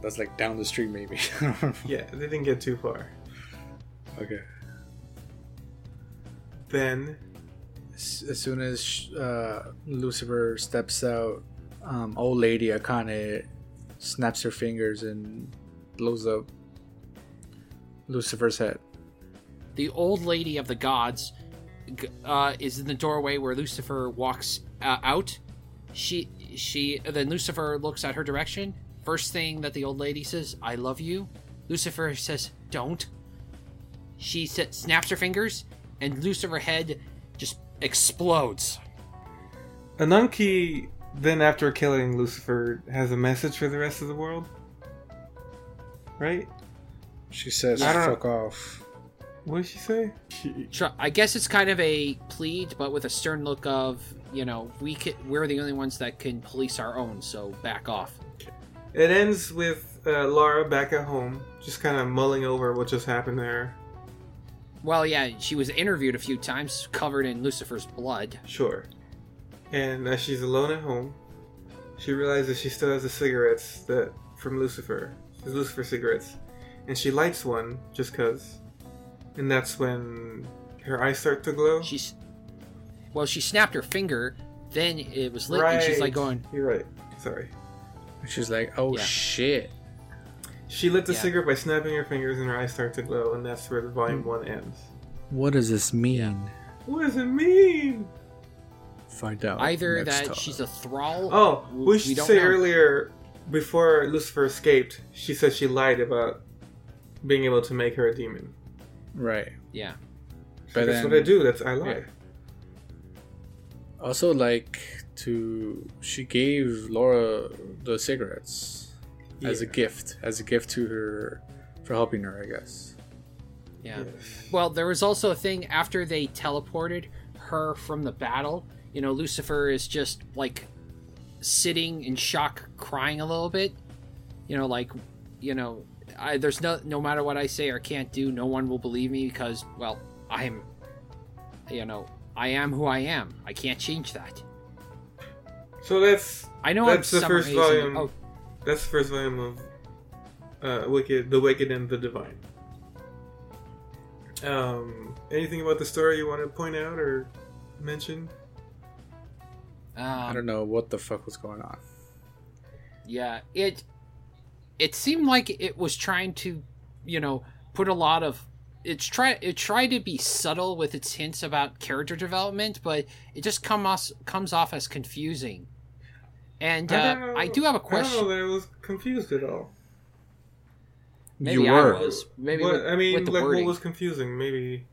Speaker 8: that's like down the street maybe
Speaker 7: Yeah, they didn't get too far.
Speaker 8: okay
Speaker 7: Then,
Speaker 8: as, as soon as uh, lucifer steps out um, old lady akane snaps her fingers and blows up lucifer's head
Speaker 6: The old lady of the gods g- uh, is in the doorway where Lucifer walks uh, out. She she then Lucifer looks at her direction. First thing that the old lady says, "I love you." Lucifer says, "Don't." She sa- snaps her fingers, and Lucifer head just explodes.
Speaker 7: Anunki, then after killing Lucifer, has a message for the rest of the world? Right?
Speaker 8: she says
Speaker 7: I don't-
Speaker 8: fuck off
Speaker 7: What did she say?
Speaker 6: Tr- I guess it's kind of a plead, but with a stern look of you know we ca we're the only ones that can police our own, so back off.
Speaker 7: It ends with uh, Laura back at home, just kind of mulling over what just happened there.
Speaker 6: Well, yeah, she was interviewed a few times, covered in Lucifer's blood.
Speaker 7: Sure. And as she's alone at home, she realizes she still has the cigarettes that from Lucifer, his Lucifer cigarettes, and she lights one just cause. And that's when her eyes start to glow.
Speaker 6: She's well, she snapped her finger, then it was lit, and she's like going,
Speaker 7: You're right. Sorry.
Speaker 8: she's like oh
Speaker 6: Yeah.
Speaker 8: shit
Speaker 7: She lit the
Speaker 6: Yeah.
Speaker 7: cigarette by snapping her fingers, and her eyes start to glow, and that's where the volume
Speaker 6: Hmm.
Speaker 7: one ends.
Speaker 8: What does this mean?
Speaker 7: What does it mean?
Speaker 8: Find out.
Speaker 6: either
Speaker 8: next
Speaker 6: that
Speaker 8: time.
Speaker 6: she's a thrall.
Speaker 7: Oh,
Speaker 6: w-
Speaker 7: we should
Speaker 6: don't
Speaker 7: say
Speaker 6: know.
Speaker 7: earlier, before Lucifer escaped, she said she lied about being able to make her a demon.
Speaker 8: right.
Speaker 6: Yeah,
Speaker 8: But
Speaker 7: that's
Speaker 8: then-
Speaker 7: what I do. That's I lie.
Speaker 8: Yeah. Also, like to she gave Laura the cigarettes as a
Speaker 7: Yeah.
Speaker 8: gift, as a gift to her for helping her, I guess.
Speaker 6: yeah. Well, there was also a thing after they teleported her from the battle. You know, Lucifer is just like sitting in shock, crying a little bit. You know, like, you know, I, there's no no matter what I say or can't do, no one will believe me because, well, I'm, you know, I am who I am. I can't change that.
Speaker 7: So that's
Speaker 6: I know
Speaker 7: that's
Speaker 6: I'm
Speaker 7: the first
Speaker 6: summarizing-
Speaker 7: volume.
Speaker 6: Oh,
Speaker 7: That's the first volume of uh, Wicked, the Wicked and the Divine. Um, anything about the story you want to point out or mention?
Speaker 8: I
Speaker 6: um,
Speaker 8: don't know what the fuck was going on.
Speaker 6: Yeah, it it seemed like it was trying to, you know, put a lot of it's try it tried to be subtle with its hints about character development, but it just come off, comes off as confusing. And uh, I,
Speaker 7: don't know-
Speaker 6: do have a
Speaker 7: I don't know
Speaker 6: question.
Speaker 7: that I was confused at all.
Speaker 6: Maybe
Speaker 8: you
Speaker 6: I
Speaker 8: were.
Speaker 6: was. Maybe
Speaker 7: What-
Speaker 6: with,
Speaker 7: I mean,
Speaker 6: with the
Speaker 7: like,
Speaker 6: wording.
Speaker 7: what was confusing? Maybe,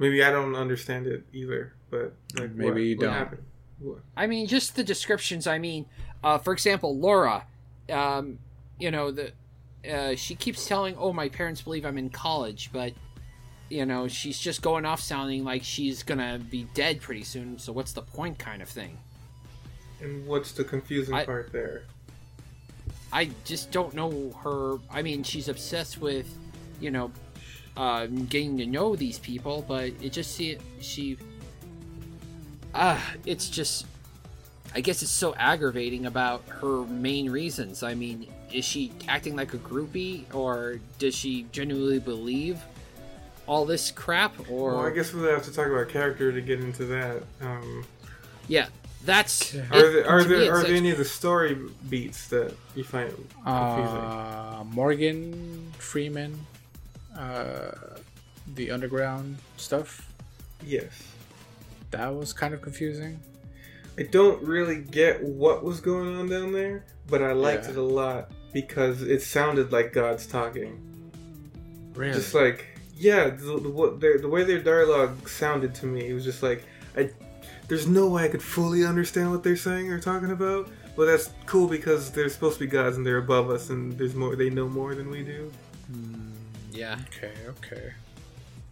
Speaker 7: maybe I don't understand it either. But like,
Speaker 8: Maybe
Speaker 7: what,
Speaker 8: you
Speaker 7: what
Speaker 8: don't.
Speaker 7: Happened? What?
Speaker 6: I mean, just the descriptions. I mean, uh, for example, Laura, um, you know, the uh, she keeps telling, "Oh, my parents believe I'm in college," but you know, she's just going off sounding like she's gonna be dead pretty soon. So what's the point, kind of thing.
Speaker 7: And what's the confusing
Speaker 6: I-
Speaker 7: part there?
Speaker 6: I just don't know her. I mean, she's obsessed with, you know, uh, getting to know these people, but it just see she. Ah, it's just. I guess it's so aggravating about her main reasons. I mean, is she acting like a groupie, or does she genuinely believe all this crap? Or
Speaker 7: Well, I guess we'll have to talk about character to get into that. Um,
Speaker 6: yeah, that's. it-
Speaker 7: are there are
Speaker 6: to me,
Speaker 7: there
Speaker 6: it's
Speaker 7: are there
Speaker 6: such-
Speaker 7: any of the story beats that you find confusing?
Speaker 8: Uh, Morgan Freeman, uh, the underground stuff.
Speaker 7: yes,
Speaker 8: That was kind of confusing.
Speaker 7: I don't really get what was going on down there, but I liked
Speaker 8: Yeah.
Speaker 7: it a lot because it sounded like God's talking.
Speaker 8: Really?
Speaker 7: just like yeah the, the, what their, the way their dialogue sounded to me it was just like I, there's no way i could fully understand what they're saying or talking about but that's cool because they're supposed to be gods and they're above us and there's more they know more than we do
Speaker 6: Yeah,
Speaker 8: Hmm, okay, okay.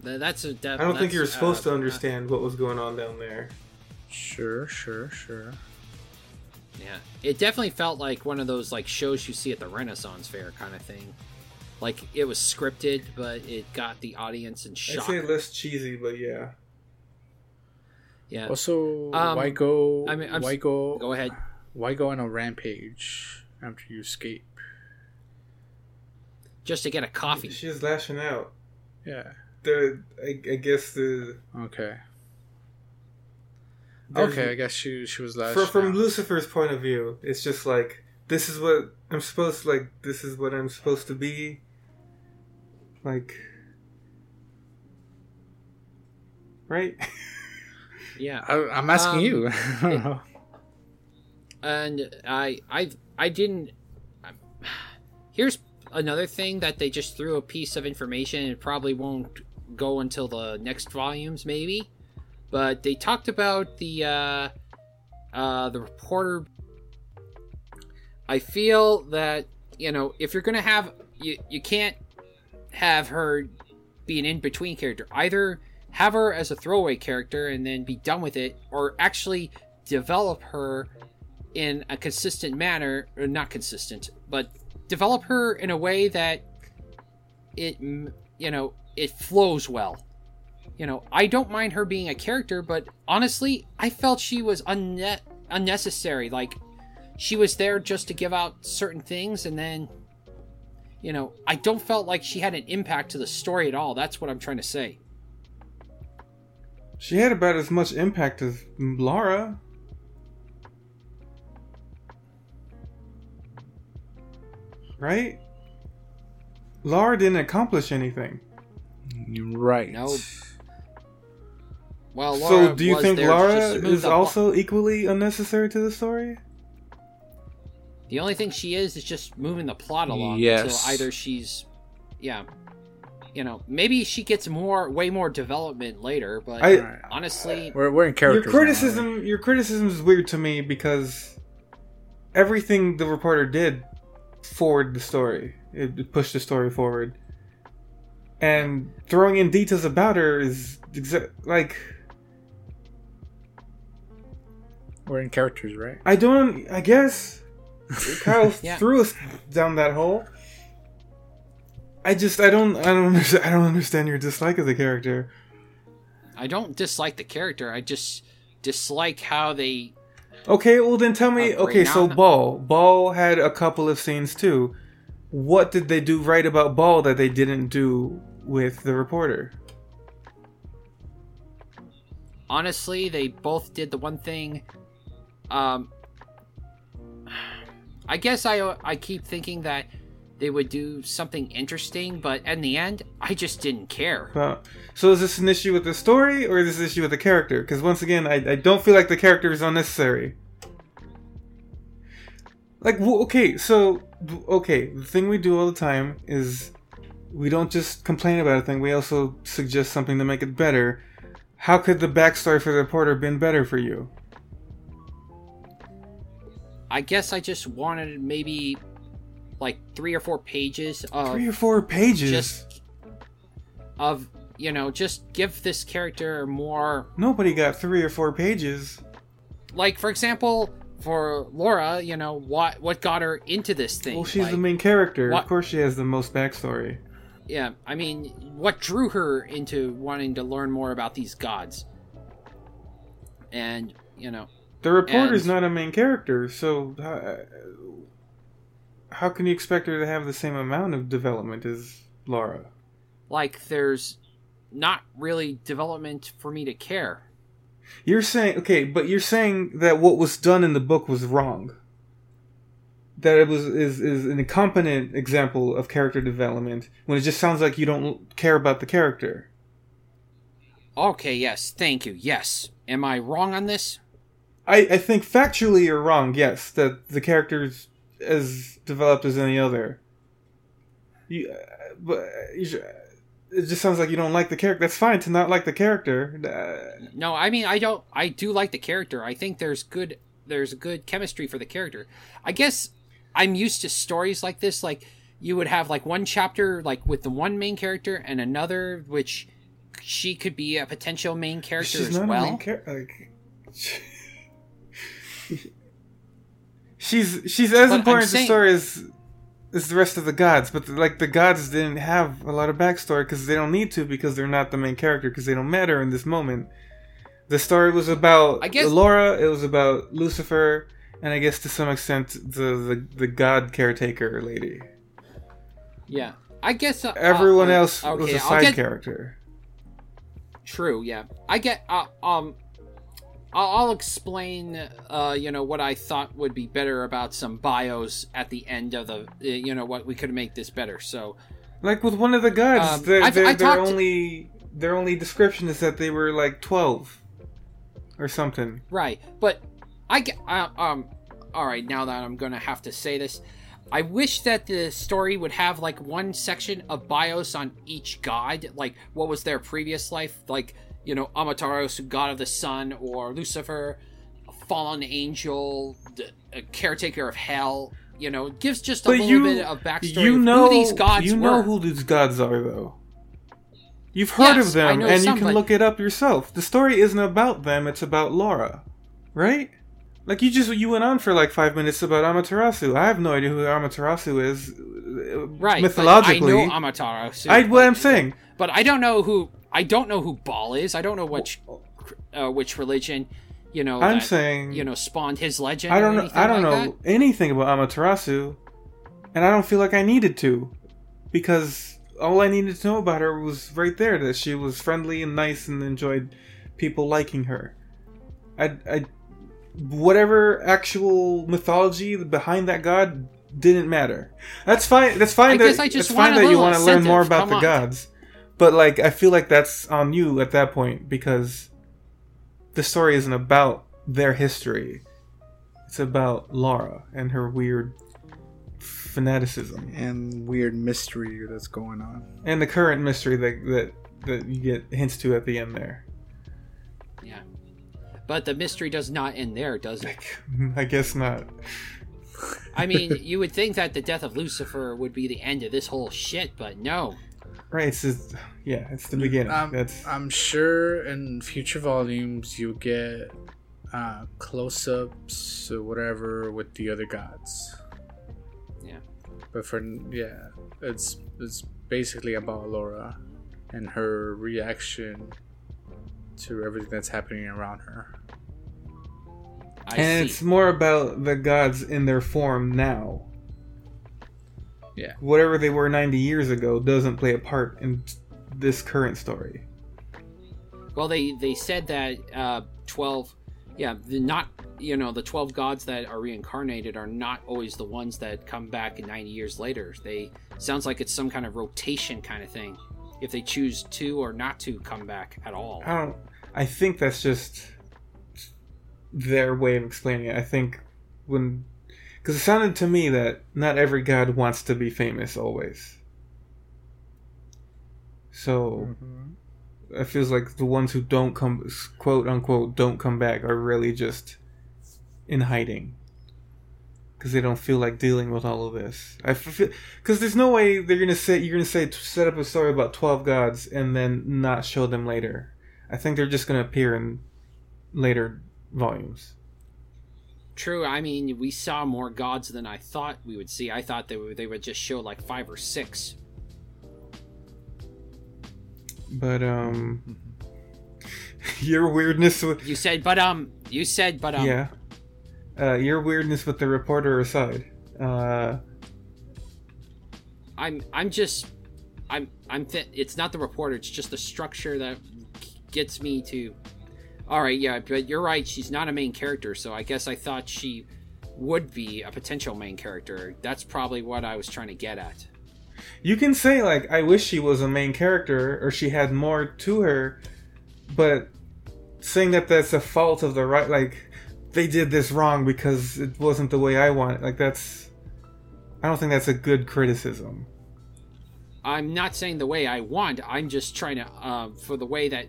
Speaker 6: th- that's a. Def-
Speaker 7: i don't think
Speaker 6: that's,
Speaker 7: you were supposed
Speaker 6: uh,
Speaker 7: to understand what was going on down there
Speaker 8: Sure, sure, sure.
Speaker 6: Yeah, it definitely felt like one of those like shows you see at the Renaissance Fair kind of thing. Like it was scripted, but it got the audience in
Speaker 7: i'd
Speaker 6: shock.
Speaker 7: say less cheesy but yeah
Speaker 6: yeah,
Speaker 8: Also,
Speaker 6: Um,
Speaker 8: why go?
Speaker 6: I mean, I'm
Speaker 8: why
Speaker 6: s-
Speaker 8: go?
Speaker 6: go ahead.
Speaker 8: Why go on a rampage after you escape?
Speaker 6: Just to get a coffee.
Speaker 7: she's lashing out
Speaker 8: Yeah.
Speaker 7: the i, I guess the
Speaker 8: Okay.
Speaker 7: there's-
Speaker 8: okay, I guess she she was last.
Speaker 7: from, from lucifer's point of view it's just like this is what i'm supposed like this is what i'm supposed to be like right
Speaker 6: Yeah,
Speaker 8: I, I'm asking
Speaker 6: Um,
Speaker 8: you. I don't know.
Speaker 6: and I, I, I didn't. I'm- Here's another thing that they just threw a piece of information and it probably won't go until the next volumes, maybe. But they talked about the uh, uh, the reporter. I feel that you know if you're gonna have you, you can't have her be an in between character. Either have her as a throwaway character and then be done with it, or actually develop her in a consistent manner, or not consistent, but develop her in a way that it, mm, you know, it flows well. You know, I don't mind her being a character, but honestly, I felt she was unne- unnecessary. Like, she was there just to give out certain things, and then, you know, I don't felt like she had an impact to the story at all. That's what I'm trying to say.
Speaker 7: she had about as much impact as laura right laura didn't accomplish anything
Speaker 8: You're right.
Speaker 6: No. Well, Laura
Speaker 7: so do you
Speaker 6: was
Speaker 7: think
Speaker 6: there
Speaker 7: laura
Speaker 6: just to move
Speaker 7: is
Speaker 6: the plot-
Speaker 7: also equally unnecessary to the story
Speaker 6: The only thing she is is just moving the plot along.
Speaker 8: Yes.
Speaker 6: So either she's, yeah, you know, maybe she gets more, way more development later. But
Speaker 7: I-
Speaker 8: Alright.
Speaker 6: honestly,
Speaker 8: We're, we're in character.
Speaker 7: your criticism your criticism is weird to me because everything the reporter did forward the story it pushed the story forward and throwing in details about her is exa- like
Speaker 8: We're in characters, right?
Speaker 7: i don't i guess kyle
Speaker 6: Yeah.
Speaker 7: threw us down that hole i just i don't i don't understand, i don't understand your dislike of the character
Speaker 6: I don't dislike the character. I just dislike how they.
Speaker 7: Okay, well then tell me.
Speaker 6: Uh,
Speaker 7: okay, so
Speaker 6: Brianna-
Speaker 7: Ball, Ball had a couple of scenes too. What did they do right about Ball that they didn't do with the reporter?
Speaker 6: Honestly, they both did the one thing. Um, I guess I I keep thinking that they would do something interesting, but in the end, I just didn't care.
Speaker 7: Uh, so is this an issue with the story or is this an issue with the character? Because once again, I, I don't feel like the character is unnecessary. Like, w- okay, so, w- okay, the thing we do all the time is we don't just complain about a thing, we also suggest something to make it better. How could the backstory for the reporter been better for you?
Speaker 6: I guess I just wanted maybe like three or four pages of
Speaker 7: Three or four pages.
Speaker 6: just of you know just give this character more
Speaker 7: Nobody got three or four pages.
Speaker 6: like for example for Laura you know what what got her into this thing
Speaker 7: Well, she's
Speaker 6: like,
Speaker 7: the main character.
Speaker 6: what-
Speaker 7: Of course, she has the most backstory.
Speaker 6: yeah I mean what drew her into wanting to learn more about these gods and you know
Speaker 7: The reporter's
Speaker 6: And-
Speaker 7: not a main character, so how, how can you expect her to have the same amount of development as Laura?
Speaker 6: like there's not really development for me to care
Speaker 7: You're saying okay, but you're saying that what was done in the book was wrong. That it was is is an incompetent example of character development when it just sounds like you don't care about the character.
Speaker 6: okay yes thank you yes am I wrong on this
Speaker 7: I, I think factually you're wrong, yes, that the character's as developed as any other. You, uh, but uh, you should, it just sounds like you don't like the character. That's fine to not like the character. Uh,
Speaker 6: No, I mean I don't. I do like the character. I think there's good there's good chemistry for the character. I guess I'm used to stories like this. Like you would have like one chapter like with the one main character and another which she could be a potential main character
Speaker 7: she's
Speaker 6: as
Speaker 7: not a
Speaker 6: well.
Speaker 7: main character. she's she's as
Speaker 6: But I'm
Speaker 7: important to the
Speaker 6: saying-
Speaker 7: story as as the rest of the gods. But like the gods didn't have a lot of backstory because they don't need to because they're not the main character because they don't matter in this moment. The story was about
Speaker 6: I guess-
Speaker 7: Laura. It was about Lucifer, and I guess to some extent the the, the god caretaker lady.
Speaker 6: yeah, I guess uh,
Speaker 7: Everyone
Speaker 6: uh,
Speaker 7: else
Speaker 6: okay,
Speaker 7: was a
Speaker 6: I'll
Speaker 7: side
Speaker 6: get-
Speaker 7: character.
Speaker 6: True. Yeah, I get. Uh, um, I'll, I'll explain. Uh, you know what I thought would be better about some bios at the end of the. Uh, you know what we could make this better. So
Speaker 7: Like with one of the gods,
Speaker 6: Um,
Speaker 7: their,
Speaker 6: I've-
Speaker 7: their,
Speaker 6: I
Speaker 7: their
Speaker 6: talked-
Speaker 7: only their only description is that they were like twelve or something.
Speaker 6: right, but I get. Uh, um, all right. Now that I'm gonna have to say this, I wish that the story would have like one section of bios on each god. Like what was their previous life? Like you know Amaterasu, god of the sun, or Lucifer, fallen angel, the a caretaker of hell. You know, it gives just a
Speaker 7: But
Speaker 6: little
Speaker 7: you-
Speaker 6: bit of backstory.
Speaker 7: you
Speaker 6: of
Speaker 7: know,
Speaker 6: who these gods
Speaker 7: you know
Speaker 6: were.
Speaker 7: who these gods are, though. You've heard
Speaker 6: Yes,
Speaker 7: of
Speaker 6: I
Speaker 7: them,
Speaker 6: know
Speaker 7: and
Speaker 6: some,
Speaker 7: you can
Speaker 6: but-
Speaker 7: look it up yourself. The story isn't about them; it's about Laura, right? Like you just you went on for like five minutes about Amaterasu. I have no idea who Amaterasu is, uh,
Speaker 6: right like,
Speaker 7: Mythologically,
Speaker 6: I know Amaterasu.
Speaker 7: I what I'm saying.
Speaker 6: but I don't know who I don't know who Baal is. I don't know which uh, which religion, you know.
Speaker 7: I'm
Speaker 6: that,
Speaker 7: saying
Speaker 6: you know spawned his legend.
Speaker 7: I
Speaker 6: or
Speaker 7: don't know.
Speaker 6: anything
Speaker 7: I don't
Speaker 6: like
Speaker 7: know anything about Amaterasu, and I don't feel like I needed to, because all I needed to know about her was right there that she was friendly and nice and enjoyed people liking her. I, I whatever actual mythology behind that god didn't matter. That's fine. That's fine.
Speaker 6: I
Speaker 7: that,
Speaker 6: guess I just
Speaker 7: it's
Speaker 6: want
Speaker 7: fine
Speaker 6: a
Speaker 7: that you
Speaker 6: little
Speaker 7: want to learn more
Speaker 6: incentive,
Speaker 7: about
Speaker 6: come
Speaker 7: the
Speaker 6: on.
Speaker 7: gods, but like I feel like that's on you at that point because the story isn't about their history. It's about Laura and her weird fanaticism
Speaker 8: and weird mystery that's going on.
Speaker 7: and the current mystery that that that you get hints to at the end there.
Speaker 6: that. Yeah, but the mystery does not end there, does it?
Speaker 7: I guess not.
Speaker 6: I mean, you would think that the death of Lucifer would be the end of this whole shit, but no.
Speaker 7: Right, it's just yeah, it's the beginning.
Speaker 8: I'm,
Speaker 7: That's
Speaker 8: Um, I'm sure in future volumes you get uh, close-ups or whatever with the other gods.
Speaker 6: Yeah.
Speaker 8: But for yeah, it's it's basically about Laura and her reaction to everything that's happening around her.
Speaker 6: I
Speaker 7: and it's
Speaker 6: see.
Speaker 7: more about the gods in their form now.
Speaker 8: Yeah.
Speaker 7: Whatever they were 90 years ago doesn't play a part in this current story.
Speaker 6: Well, they they said that uh, twelve, yeah, the not you know the twelve gods that are reincarnated are not always the ones that come back ninety years later. They sounds like it's some kind of rotation kind of thing. If they choose to or not to come back at all.
Speaker 7: I don't. Um, I think that's just their way of explaining it. I think when Because it sounded to me that not every god wants to be famous always. So it feels like the ones who don't come, quote unquote, don't come back are really just in hiding. Because they don't feel like dealing with all of this. I feel because there's no way they're gonna say you're gonna say set up a story about twelve gods and then not show them later. I think they're just gonna appear in later volumes.
Speaker 6: True. I mean, we saw more gods than I thought we would see. I thought they would, they would just show like five or six.
Speaker 7: But um, your weirdness with
Speaker 6: You said, but um, you said, but um,
Speaker 7: yeah, uh, your weirdness with the reporter aside, uh,
Speaker 6: I'm I'm just I'm I'm th- it's not the reporter. It's just the structure that gets me to. All right, yeah, but you're right. She's not a main character, so I guess I thought she would be a potential main character. That's probably what I was trying to get at.
Speaker 7: you can say like, I wish she was a main character or she had more to her, but saying that that's a fault of the right, like they did this wrong because it wasn't the way I want. Like that's, I don't think that's a good criticism.
Speaker 6: I'm not saying the way I want. I'm just trying to uh, for the way that.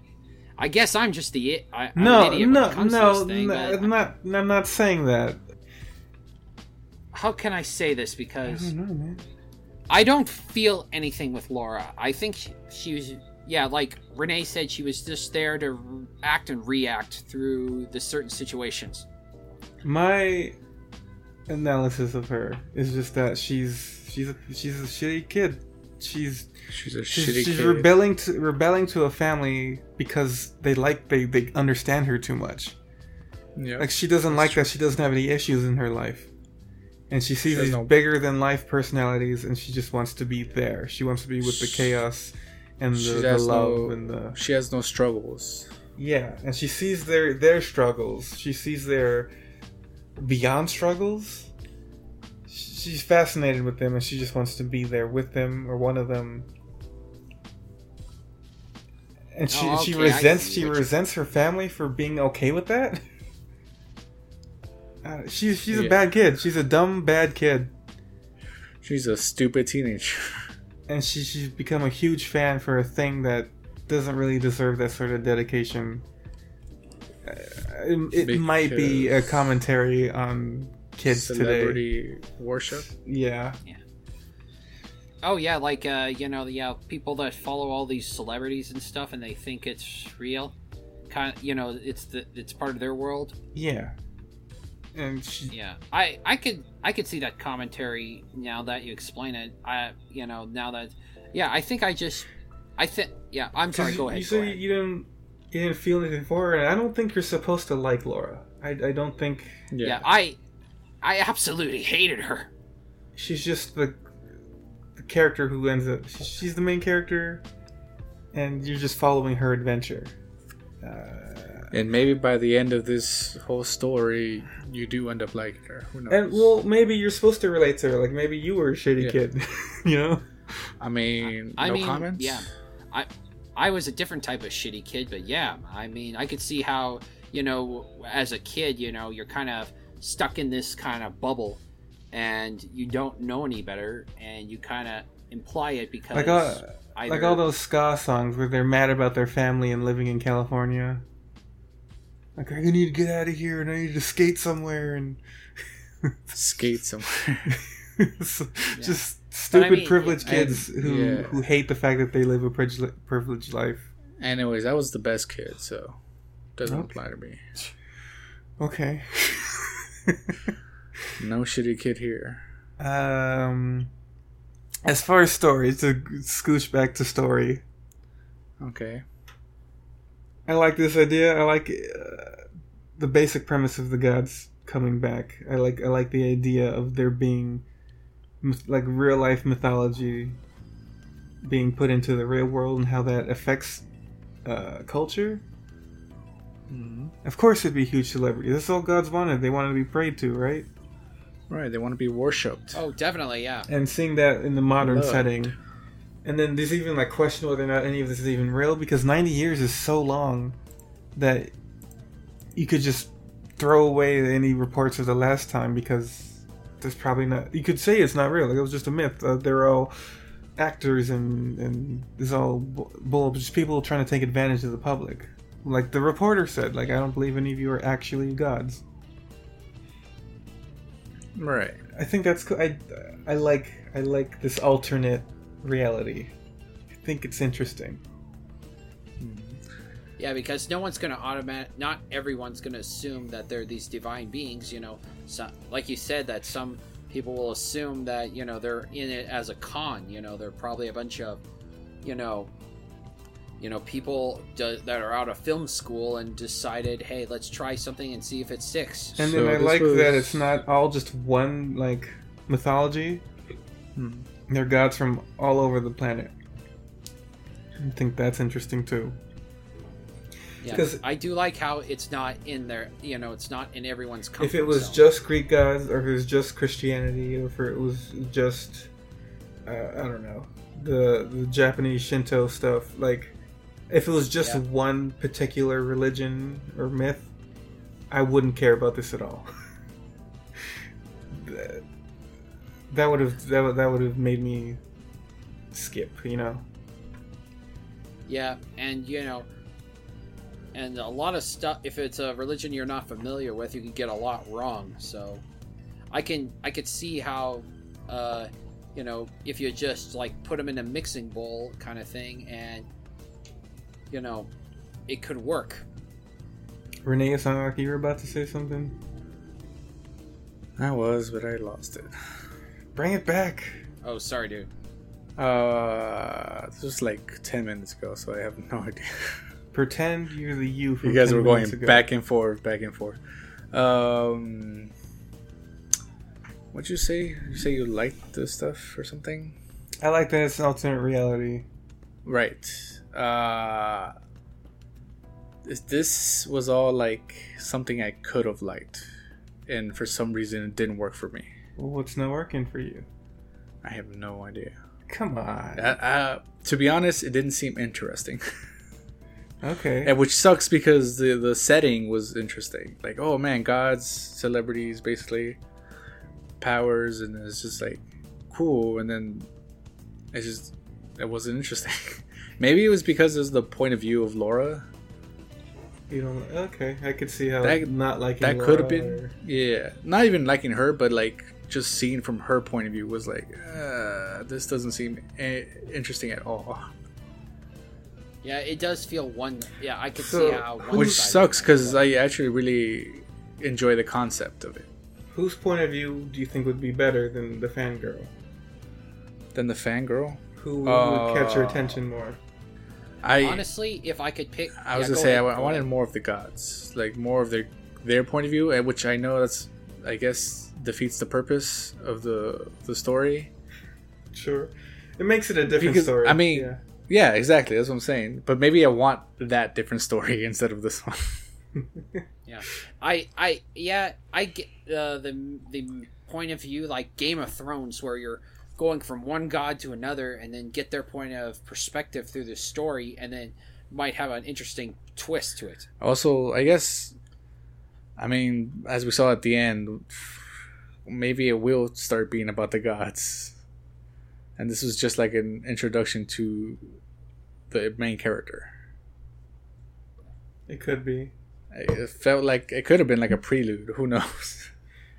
Speaker 6: I guess I'm just the i- I, I'm an
Speaker 7: No,
Speaker 6: idiot when it
Speaker 7: no,
Speaker 6: comes to
Speaker 7: no,
Speaker 6: this thing,
Speaker 7: no,
Speaker 6: but
Speaker 7: I'm not. I'm not saying that.
Speaker 6: How can I say this? Because
Speaker 7: I don't know, man.
Speaker 6: I don't feel anything with Laura. I think she, she was, yeah, like Renee said, she was just there to act and react through the certain situations.
Speaker 7: my analysis of her is just that she's she's a, she's a shitty kid. She's
Speaker 8: She's a
Speaker 7: she's,
Speaker 8: shitty
Speaker 7: she's
Speaker 8: kid.
Speaker 7: rebelling to rebelling to a family because they like they they understand her too much.
Speaker 8: Yeah.
Speaker 7: Like she doesn't like that she doesn't have any issues in her life. And she sees
Speaker 8: She has
Speaker 7: these
Speaker 8: no-
Speaker 7: bigger than life personalities and she just wants to be there. She wants to be with the chaos and
Speaker 8: she
Speaker 7: the, the
Speaker 8: has
Speaker 7: love
Speaker 8: no-
Speaker 7: and the
Speaker 8: she has no struggles.
Speaker 7: yeah, and she sees their their struggles. She sees their beyond struggles. Sh- She's fascinated with them, and she just wants to be there with them or one of them. And she
Speaker 6: Oh,
Speaker 7: she
Speaker 6: okay, I
Speaker 7: resents
Speaker 6: see
Speaker 7: she
Speaker 6: what you-
Speaker 7: resents her family for being okay with that. Uh, she's she's a
Speaker 8: Yeah.
Speaker 7: bad kid. She's a dumb bad kid,
Speaker 8: She's a stupid teenager.
Speaker 7: and she she's become a huge fan for a thing that doesn't really deserve that sort of dedication. Uh, it, it might be a
Speaker 8: Because-
Speaker 7: commentary on kids today.
Speaker 8: Celebrity worship.
Speaker 7: Yeah,
Speaker 6: Oh yeah, like uh, you know, yeah, people that follow all these celebrities and stuff, and they think it's real. Kind, you know, it's the it's part of their world.
Speaker 7: yeah. And she,
Speaker 6: Yeah, I I could I could see that commentary now that you explain it. I you know now that yeah, I think I just I think yeah. I'm sorry.
Speaker 7: you-
Speaker 6: Go ahead.
Speaker 7: You
Speaker 6: go
Speaker 7: said
Speaker 6: ahead.
Speaker 7: you didn't you didn't feel anything for her, and I don't think you're supposed to like Laura. I, I don't think
Speaker 8: Yeah.
Speaker 6: yeah. I I absolutely hated her.
Speaker 7: she's just the the character who ends up. she- She's the main character, and you're just following her adventure. Uh,
Speaker 8: And maybe by the end of this whole story, you do end up liking her. Who knows?
Speaker 7: And well, maybe you're supposed to relate to her. Like maybe you were a shitty
Speaker 8: Yeah.
Speaker 7: kid, you know.
Speaker 8: I mean,
Speaker 6: I
Speaker 8: no
Speaker 6: mean,
Speaker 8: comments.
Speaker 6: yeah. I I was a different type of shitty kid, but yeah, I mean, I could see how you know, as a kid, you know, you're kind of stuck in this kind of bubble, and you don't know any better, and you kind of imply it because
Speaker 7: Like uh,
Speaker 6: either,
Speaker 7: Like all those ska songs where they're mad about their family and living in California. Like I need to get out of here and I need to skate somewhere and
Speaker 8: Skate somewhere.
Speaker 7: it's just
Speaker 6: But I
Speaker 7: stupid
Speaker 6: mean,
Speaker 7: privileged
Speaker 8: it-
Speaker 7: kids
Speaker 8: and-
Speaker 7: who
Speaker 8: yeah.
Speaker 7: who hate the fact that they live a privileged privileged life.
Speaker 8: Anyways, I was the best kid, so doesn't
Speaker 7: Okay.
Speaker 8: apply to me.
Speaker 7: Okay.
Speaker 8: No shitty kid here.
Speaker 7: um, as far as story, to scooch back to story,
Speaker 8: Okay.
Speaker 7: I like this idea. I like uh, the basic premise of the gods coming back. I like I like the idea of there being myth- like real life mythology being put into the real world and how that affects uh, culture. Of course, it'd be huge celebrity. That's all gods wanted. They wanted to be prayed to, right?
Speaker 8: Right, they want to be worshipped.
Speaker 6: oh, definitely, yeah.
Speaker 7: and seeing that in the modern
Speaker 8: Loved.
Speaker 7: setting and then there's even like question whether or not any of this is even real because 90 years is so long that you could just throw away any reports of the last time because that's probably not. You could say it's not real. Like it was just a myth. Uh, they're all actors and and it's all bu- bull. Just people trying to take advantage of the public. Like the reporter said. Like I don't believe any of you are actually gods.
Speaker 8: Right.
Speaker 7: I think that's cool. I I like I like this alternate reality. I think it's interesting.
Speaker 6: Yeah, because no one's going to automatic. Not everyone's going to assume that they're these divine beings. You know, so, like you said, that some people will assume that you know they're in it as a con. You know, they're probably a bunch of, you know, you know people do, that are out of film school and decided, hey, let's try something and see if it sticks.
Speaker 7: And
Speaker 8: So
Speaker 7: then I
Speaker 8: this
Speaker 7: like that
Speaker 8: was-
Speaker 7: it's not all just one like mythology.
Speaker 8: Hmm.
Speaker 7: They're gods from all over the planet. I think that's interesting too.
Speaker 6: Yeah,
Speaker 7: 'Cause-
Speaker 6: I do like how it's not in their. You know, it's not in everyone's. Comfort
Speaker 7: If it was
Speaker 6: zone.
Speaker 7: just Greek gods, or if it was just Christianity, or if it was just uh, I don't know the the Japanese Shinto stuff, like if it was just
Speaker 6: Yeah.
Speaker 7: one particular religion or myth, I wouldn't care about this at all. that that would have that would, that would have made me skip, you know.
Speaker 6: Yeah, and you know, and a lot of stuff. If it's a religion you're not familiar with, you can get a lot wrong. So, I can I could see how, uh, you know, if you just like put them in a mixing bowl kind of thing, and you know, it could work.
Speaker 7: Renee, it sounded like you were about to say something.
Speaker 8: I was, but I lost it.
Speaker 7: Bring it back.
Speaker 6: Oh, sorry, dude.
Speaker 8: Uh, this was like 10 minutes ago, so I have no idea.
Speaker 7: Pretend you're the you. From
Speaker 8: you guys
Speaker 7: 10
Speaker 8: were going
Speaker 7: minutes ago.
Speaker 8: back and forth, back and forth. Um, what'd you say? You say you liked this stuff or something?
Speaker 7: I like that it's alternate reality.
Speaker 8: Right. Uh, this- this was all like something I could have liked, and for some reason it didn't work for me.
Speaker 7: Well, what's not working for you?
Speaker 8: I have no idea.
Speaker 7: Come on.
Speaker 8: Uh, uh, to be honest, it didn't seem interesting.
Speaker 7: okay.
Speaker 8: And which sucks because the the setting was interesting. Like, oh man, gods, celebrities, basically powers, and it's just like cool. And then it just it wasn't interesting. Maybe it was because it was the point of view of Laura.
Speaker 7: You don't. Okay, I could see how
Speaker 8: That-
Speaker 7: not liking
Speaker 8: That could have
Speaker 7: Laura
Speaker 8: been
Speaker 7: or-
Speaker 8: yeah. Not even liking her, but like just seeing from her point of view was like, uh, this doesn't seem i- interesting at all.
Speaker 6: Yeah, it does feel one. Yeah, I could
Speaker 7: So,
Speaker 6: see how. One
Speaker 8: Which sucks because I actually really enjoy the concept of it.
Speaker 7: Whose point of view do you think would be better than the fangirl?
Speaker 8: Then the fangirl.
Speaker 7: Who
Speaker 8: Uh,
Speaker 7: would catch your attention more?
Speaker 8: I
Speaker 6: honestly, if I could pick,
Speaker 8: I was
Speaker 6: yeah, go
Speaker 8: gonna say I,
Speaker 6: ahead,
Speaker 8: wa- I
Speaker 6: go
Speaker 8: wanted
Speaker 6: ahead.
Speaker 8: more of the gods, like more of their their point of view, and which I know that's I guess defeats the purpose of the the story.
Speaker 7: Sure. It makes it a different
Speaker 8: Because,
Speaker 7: story.
Speaker 8: I mean-
Speaker 7: yeah.
Speaker 8: Yeah, exactly. That's what I'm saying. But maybe I want that different story instead of this one.
Speaker 6: Yeah, I, I, yeah, I get uh, the the point of view like Game of Thrones, where you're going from one god to another, and then get their point of perspective through the story, and then might have an interesting twist to it.
Speaker 8: Also, I guess, I mean, as we saw at the end, maybe it will start being about the gods, and this was just like an introduction to the main character.
Speaker 7: it could be.
Speaker 8: It felt like it could have been like a prelude. Who knows?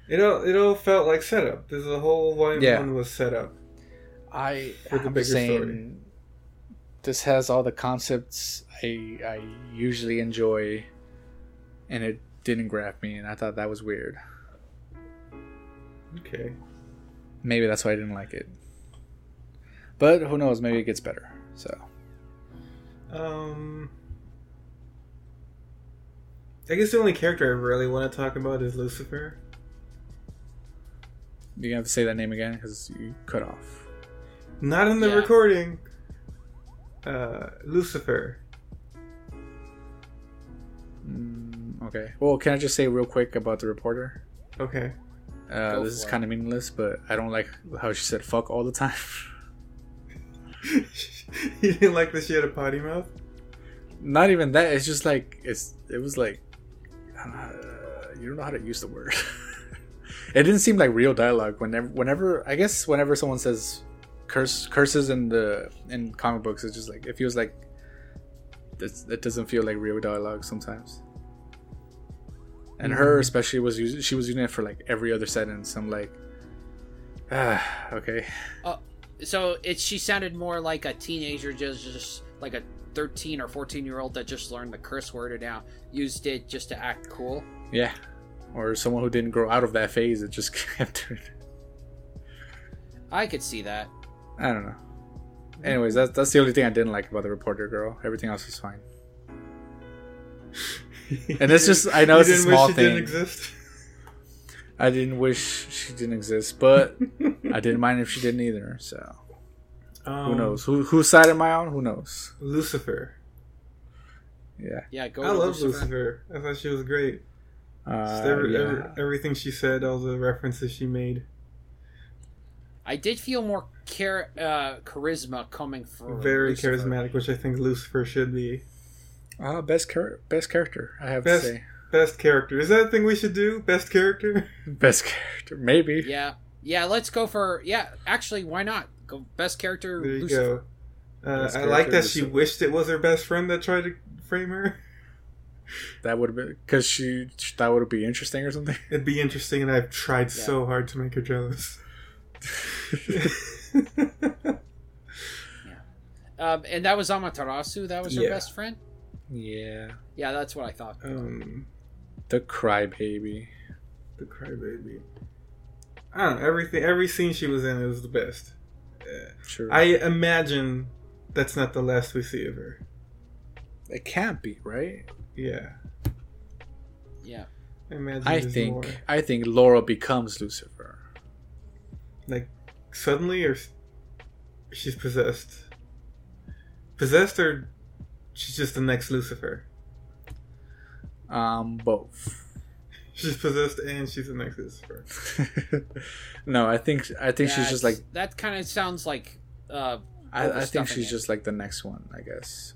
Speaker 7: It all it all felt like setup. This the whole volume
Speaker 8: Yeah.
Speaker 7: one was set up.
Speaker 8: I
Speaker 7: For the
Speaker 8: I'm
Speaker 7: bigger
Speaker 8: saying
Speaker 7: story.
Speaker 8: this has all the concepts I I usually enjoy, and it didn't grab me, and I thought that was weird.
Speaker 7: Okay.
Speaker 8: Maybe that's why I didn't like it. But who knows? Maybe it gets better. So
Speaker 7: Um. I guess the only character I really want to talk about is Lucifer.
Speaker 8: you have to say that name again because you cut off.
Speaker 7: Not in the
Speaker 6: Yeah.
Speaker 7: recording. Uh, Lucifer.
Speaker 8: Mm, okay. Well, can I just say real quick about the reporter?
Speaker 7: Okay.
Speaker 8: Uh,
Speaker 6: Go
Speaker 8: this is
Speaker 6: for it.
Speaker 8: kind of meaningless, but I don't like how she said "fuck" all the time.
Speaker 7: you didn't like that she had a potty mouth?
Speaker 8: Not even that. It's just uh, like it's. It was like I don't know, how to- you don't know how to use the word. It didn't seem like real dialogue. Whenever, whenever I guess whenever someone says curse curses in the in comic books, it's just like it feels like it's, it doesn't feel like real dialogue sometimes. And her especially was using she was using it for like every other sentence. I'm like, ah, okay.
Speaker 6: So it she sounded more like a teenager, just just like a thirteen or fourteen year old that just learned the curse word and now used it just to act cool.
Speaker 8: Yeah. Or someone who didn't grow out of that phase, it just kept it.
Speaker 6: I could see that.
Speaker 8: I don't know. Anyways, that's that's the only thing I didn't like about the reporter girl. Everything else was fine. And it's just- I know
Speaker 7: You
Speaker 8: it's a
Speaker 7: didn't
Speaker 8: small
Speaker 7: wish she
Speaker 8: thing.
Speaker 7: Didn't exist.
Speaker 8: I didn't wish she didn't exist, but I didn't mind if she didn't either. So
Speaker 7: Um,
Speaker 8: who knows? Who whose side am I on? Who knows?
Speaker 7: Lucifer.
Speaker 8: Yeah.
Speaker 6: Yeah, go.
Speaker 7: I
Speaker 6: to
Speaker 7: love
Speaker 6: Lucifer.
Speaker 7: Lucifer. I thought she was great.
Speaker 8: Uh,
Speaker 7: Just every,
Speaker 8: yeah.
Speaker 7: every- everything she said, all the references she made.
Speaker 6: I did feel more char- uh, charisma coming from
Speaker 7: Very
Speaker 6: Oh, Lucifer.
Speaker 7: charismatic, which I think Lucifer should be.
Speaker 8: Uh, best char- best character. I have
Speaker 7: Best-
Speaker 8: to say
Speaker 7: Best character. Is that a thing we should do? Best character?
Speaker 8: best character. Maybe.
Speaker 6: Yeah, yeah. Let's go for yeah. Actually, why not? Go best character.
Speaker 7: There you
Speaker 6: Lucifer.
Speaker 7: go. Uh,
Speaker 8: Best
Speaker 7: I like
Speaker 8: character,
Speaker 7: that she
Speaker 8: Lucifer.
Speaker 7: wished it was her best friend that tried to frame her.
Speaker 8: That would have been because she that would be interesting or something.
Speaker 7: It'd be interesting, and I've tried
Speaker 6: Yeah.
Speaker 7: so hard to make her jealous.
Speaker 6: Um, and that was Amaterasu. That was her
Speaker 7: Yeah.
Speaker 6: best friend.
Speaker 8: yeah.
Speaker 6: Yeah, that's what I thought.
Speaker 7: um,
Speaker 8: The crybaby.
Speaker 7: the crybaby. I don't know. Everything, every scene she was in, it was the best.
Speaker 8: Sure.
Speaker 7: I imagine that's not the last we see of her.
Speaker 8: it can't be right.
Speaker 7: Yeah.
Speaker 6: Yeah.
Speaker 7: I imagine
Speaker 8: I
Speaker 7: there's
Speaker 8: think
Speaker 7: more.
Speaker 8: I think Laura becomes Lucifer.
Speaker 7: like suddenly or s- she's possessed possessed or she's just the next lucifer
Speaker 8: Um, both.
Speaker 7: she's possessed and she's the next lucifer
Speaker 8: no, I think I think
Speaker 6: Yeah,
Speaker 8: she's just like
Speaker 6: it's- that. Kind of sounds like. Uh,
Speaker 8: I, I think
Speaker 6: overstuffing
Speaker 8: she's
Speaker 6: it.
Speaker 8: just like the next one, I guess.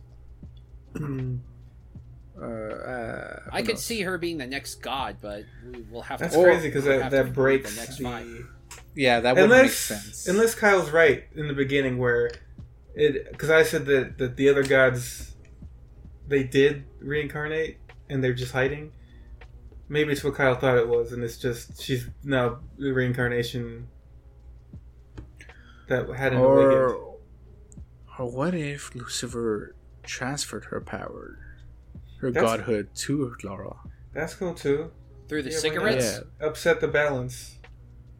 Speaker 8: Uh, uh,
Speaker 6: I
Speaker 8: who
Speaker 6: could
Speaker 8: knows?
Speaker 6: see her being the next god, but we will have
Speaker 7: that's
Speaker 6: to.
Speaker 7: crazy because
Speaker 6: we'll have
Speaker 7: that,
Speaker 6: to
Speaker 7: that
Speaker 6: read
Speaker 7: breaks
Speaker 6: the next
Speaker 7: the-
Speaker 6: five.
Speaker 8: Yeah, that would make
Speaker 7: unless
Speaker 8: sense.
Speaker 7: unless kyle's right in the beginning where it because i said that that the other gods they did reincarnate and they're just hiding maybe it's what kyle thought it was and it's just she's now the reincarnation that had an awakened.
Speaker 8: or, or what if Lucifer transferred her power, her
Speaker 7: That's-
Speaker 8: godhood to Laura?
Speaker 7: That's cool too.
Speaker 6: through the
Speaker 7: Yeah, why not?
Speaker 6: cigarettes.
Speaker 8: Yeah,
Speaker 7: Upset the balance.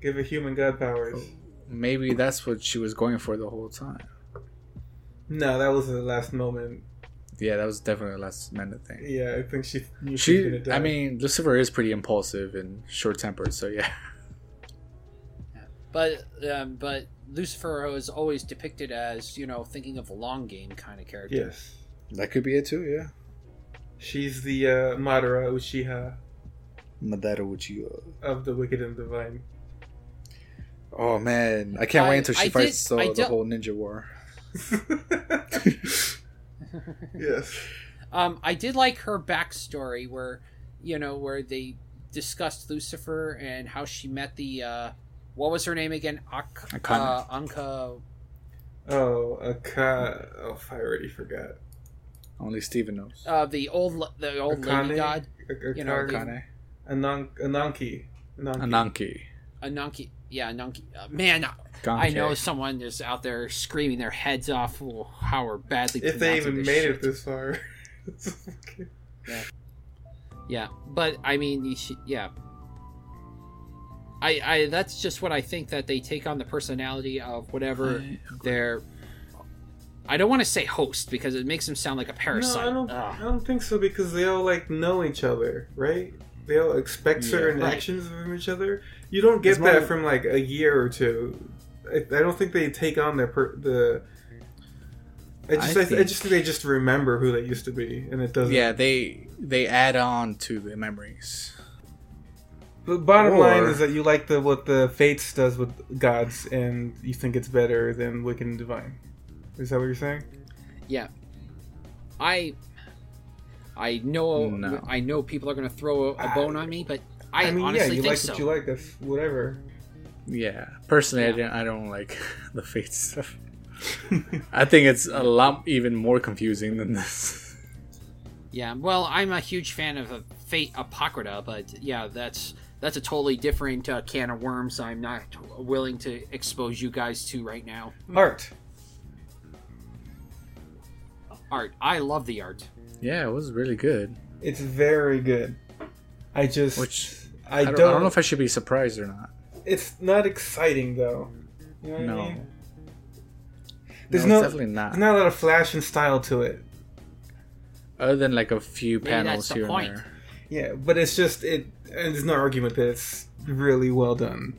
Speaker 7: Give a human god powers.
Speaker 8: maybe that's what she was going for the whole time.
Speaker 7: No, that was the last moment.
Speaker 8: Yeah, that was definitely a last minute thing.
Speaker 7: Yeah, I think she knew she, was gonna
Speaker 8: She,
Speaker 7: die.
Speaker 8: I mean, Lucifer is pretty impulsive and short tempered, so yeah.
Speaker 6: But um, but Lucifer is always depicted as you know thinking of the long game kind of character.
Speaker 7: yes,
Speaker 8: That could be it too, yeah.
Speaker 7: she's the uh, Madara Uchiha
Speaker 8: Madara uh, Uchiha.
Speaker 7: of the Wicked and Divine.
Speaker 8: Oh man, I can't
Speaker 6: I-
Speaker 8: wait until
Speaker 6: I
Speaker 8: she
Speaker 6: did-
Speaker 8: fights
Speaker 6: I
Speaker 8: uh, the
Speaker 6: don't-
Speaker 8: whole ninja war.
Speaker 7: yes.
Speaker 6: Um, I did like her backstory where, you know, where they discussed Lucifer and how she met the, uh, what was her name again? Ak-
Speaker 8: Akane.
Speaker 6: uh, Anka.
Speaker 7: Oh, a ka- Oh, I already forgot.
Speaker 8: Only Steven knows.
Speaker 6: Uh, the old, la- the old lady
Speaker 7: Akane?
Speaker 6: god,
Speaker 7: A- a-
Speaker 6: You know,
Speaker 7: ka-
Speaker 8: Akane.
Speaker 7: Anon- Ananki. Ananki.
Speaker 8: Ananki.
Speaker 6: Anunki. Yeah, Anunki. Uh, man, I know someone is out there screaming their heads off for how we're badly.
Speaker 7: If they
Speaker 6: pronouncing
Speaker 7: even
Speaker 6: this
Speaker 7: made
Speaker 6: shit.
Speaker 7: it this far.
Speaker 6: Yeah, but I mean, you sh- yeah. I, I that's just what I think that they take on the personality of whatever their. I don't want to say host because it makes them sound like a
Speaker 7: No,
Speaker 6: parasite.
Speaker 7: I don't.
Speaker 6: Ugh.
Speaker 7: I don't think so because they all like know each other, right? They all expect
Speaker 8: Yeah.
Speaker 7: certain
Speaker 6: Right.
Speaker 7: actions from each other. You don't get
Speaker 8: It's more
Speaker 7: that
Speaker 8: like-
Speaker 7: from like a year or two. I, I don't think they take on their per, the. I just, I,
Speaker 8: I
Speaker 7: I just think they just remember who they used to be, and it doesn't.
Speaker 8: Yeah, they they add on to the memories.
Speaker 7: The bottom line
Speaker 8: Or-
Speaker 7: is that you like the what the fates does with gods, and you think it's better than wicked and divine. Is that what you're saying?
Speaker 6: Yeah, I. I know.
Speaker 8: No.
Speaker 6: I know people are going to throw a, a bone on me, but I,
Speaker 7: I mean, yeah,
Speaker 6: honestly
Speaker 7: you
Speaker 6: think
Speaker 7: like
Speaker 6: so.
Speaker 7: what you like. That's whatever.
Speaker 8: Yeah, personally, I, didn't, I don't like the fate stuff. I think it's a lot even more confusing than this.
Speaker 6: Yeah, well, I'm a huge fan of uh, Fate Apocrypha, but yeah, that's that's a totally different uh, can of worms. I'm not willing to expose you guys to right now.
Speaker 7: Art.
Speaker 6: Art, I love the art.
Speaker 8: Yeah, it was really good.
Speaker 7: It's very good. I just.
Speaker 8: Which
Speaker 7: I,
Speaker 8: I don't, I
Speaker 7: don't,
Speaker 8: don't, know if I should be surprised or not.
Speaker 7: It's not exciting though. You know what
Speaker 8: No.
Speaker 7: I mean? There's
Speaker 8: Mm. no,
Speaker 7: no,
Speaker 8: it's definitely not.
Speaker 7: there's not a lot of flash and style to it.
Speaker 8: Other than like a few
Speaker 6: Maybe that's
Speaker 8: panels
Speaker 6: the
Speaker 8: here
Speaker 6: point.
Speaker 8: and there.
Speaker 7: Yeah, but it's just it. And there's no argument that it's really well done.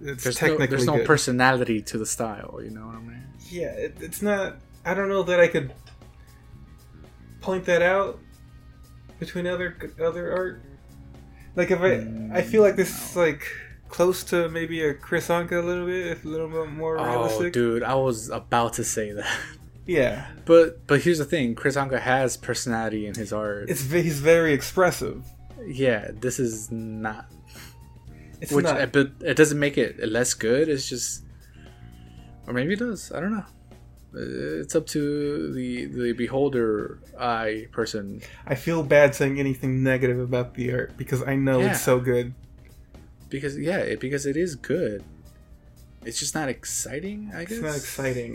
Speaker 7: It's
Speaker 8: There's no,
Speaker 7: technically
Speaker 8: there's no
Speaker 7: good.
Speaker 8: personality to the style. You know what I mean?
Speaker 7: yeah, it, it's not. I don't know that I could point that out between other other art. Like if I, I feel like
Speaker 8: Mm,
Speaker 7: this is like close to maybe a Chris Anka a little bit, if a little bit more
Speaker 8: Oh,
Speaker 7: realistic.
Speaker 8: dude, I was about to say that.
Speaker 7: Yeah,
Speaker 8: But but here's the thing: Chris Anka has personality in his art.
Speaker 7: it's ve- he's very expressive.
Speaker 8: yeah, this is not
Speaker 7: It's
Speaker 8: which
Speaker 7: not.
Speaker 8: uh, but it doesn't make it less good it's just or maybe it does i don't know Uh, it's up to the the beholder eye person
Speaker 7: I feel bad saying anything negative about the art because I know
Speaker 8: Yeah.
Speaker 7: it's so good.
Speaker 8: because yeah it, because it is good it's just not exciting i guess
Speaker 7: It's not exciting,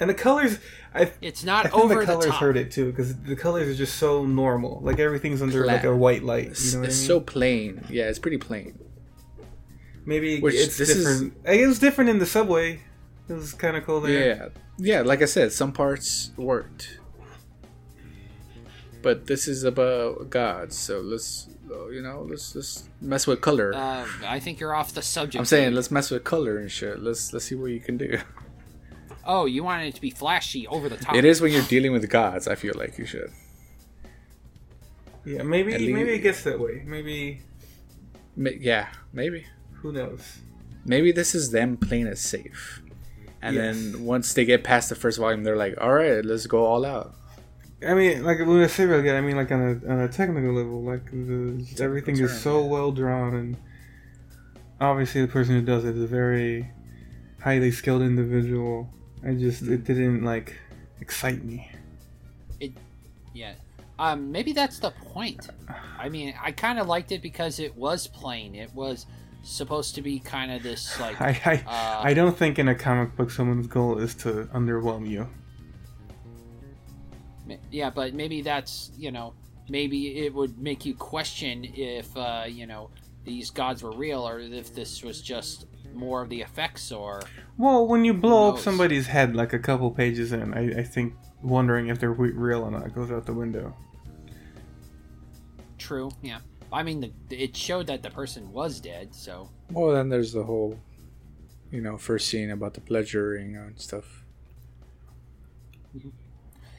Speaker 7: and the colors. I,
Speaker 6: It's
Speaker 7: I
Speaker 6: not
Speaker 7: think
Speaker 6: over
Speaker 7: the
Speaker 6: the,
Speaker 7: colors
Speaker 6: top.
Speaker 7: hurt it too because the colors are just so normal. Like everything's under
Speaker 8: Flat.
Speaker 7: like a white light.
Speaker 8: it's,
Speaker 7: You know what
Speaker 8: it's
Speaker 7: I mean?
Speaker 8: so plain yeah it's pretty plain
Speaker 7: Maybe
Speaker 8: Which
Speaker 7: it's
Speaker 8: this is-
Speaker 7: different. I It was different in the subway. It was kind of cool there.
Speaker 8: yeah yeah like i said some parts worked but this is about gods so let's uh, you know let's just mess with color
Speaker 6: Uh, I think you're off the subject.
Speaker 8: I'm saying let's mess with color and shit. Let's let's see what you can do.
Speaker 6: Oh, you wanted it to be flashy, over the top.
Speaker 8: It is when you're dealing with gods. I feel like you should.
Speaker 7: Yeah, maybe
Speaker 8: At least-
Speaker 7: maybe it gets that way. Maybe
Speaker 8: Ma- yeah, maybe
Speaker 7: who knows?
Speaker 8: maybe this is them playing it safe, and
Speaker 7: Yes.
Speaker 8: then once they get past the first volume, they're like, all right, let's go all out.
Speaker 7: I mean, like when I say real good, I mean like on a on a technical level, like the, everything
Speaker 8: term,
Speaker 7: is so well drawn, and obviously the person who does it is a very highly skilled individual. I just it didn't like excite me.
Speaker 6: Yeah. Um, maybe that's the point. I mean, I kind of liked it because it was plain. It was supposed to be kind of this like
Speaker 7: I I,
Speaker 6: Uh,
Speaker 7: I don't think in a comic book someone's goal is to underwhelm you.
Speaker 6: Ma- Yeah, but maybe that's you know maybe it would make you question if uh, you know these gods were real or if this was just more of the effects or
Speaker 7: Well, when you blow up
Speaker 6: knows?
Speaker 7: somebody's head like a couple pages in, I, I think wondering if they're re- real or not goes out the window.
Speaker 6: true. Yeah, I mean the, it showed that the person was dead, so
Speaker 8: Well, then there's the whole, you know, first scene about the pleasure ring and stuff.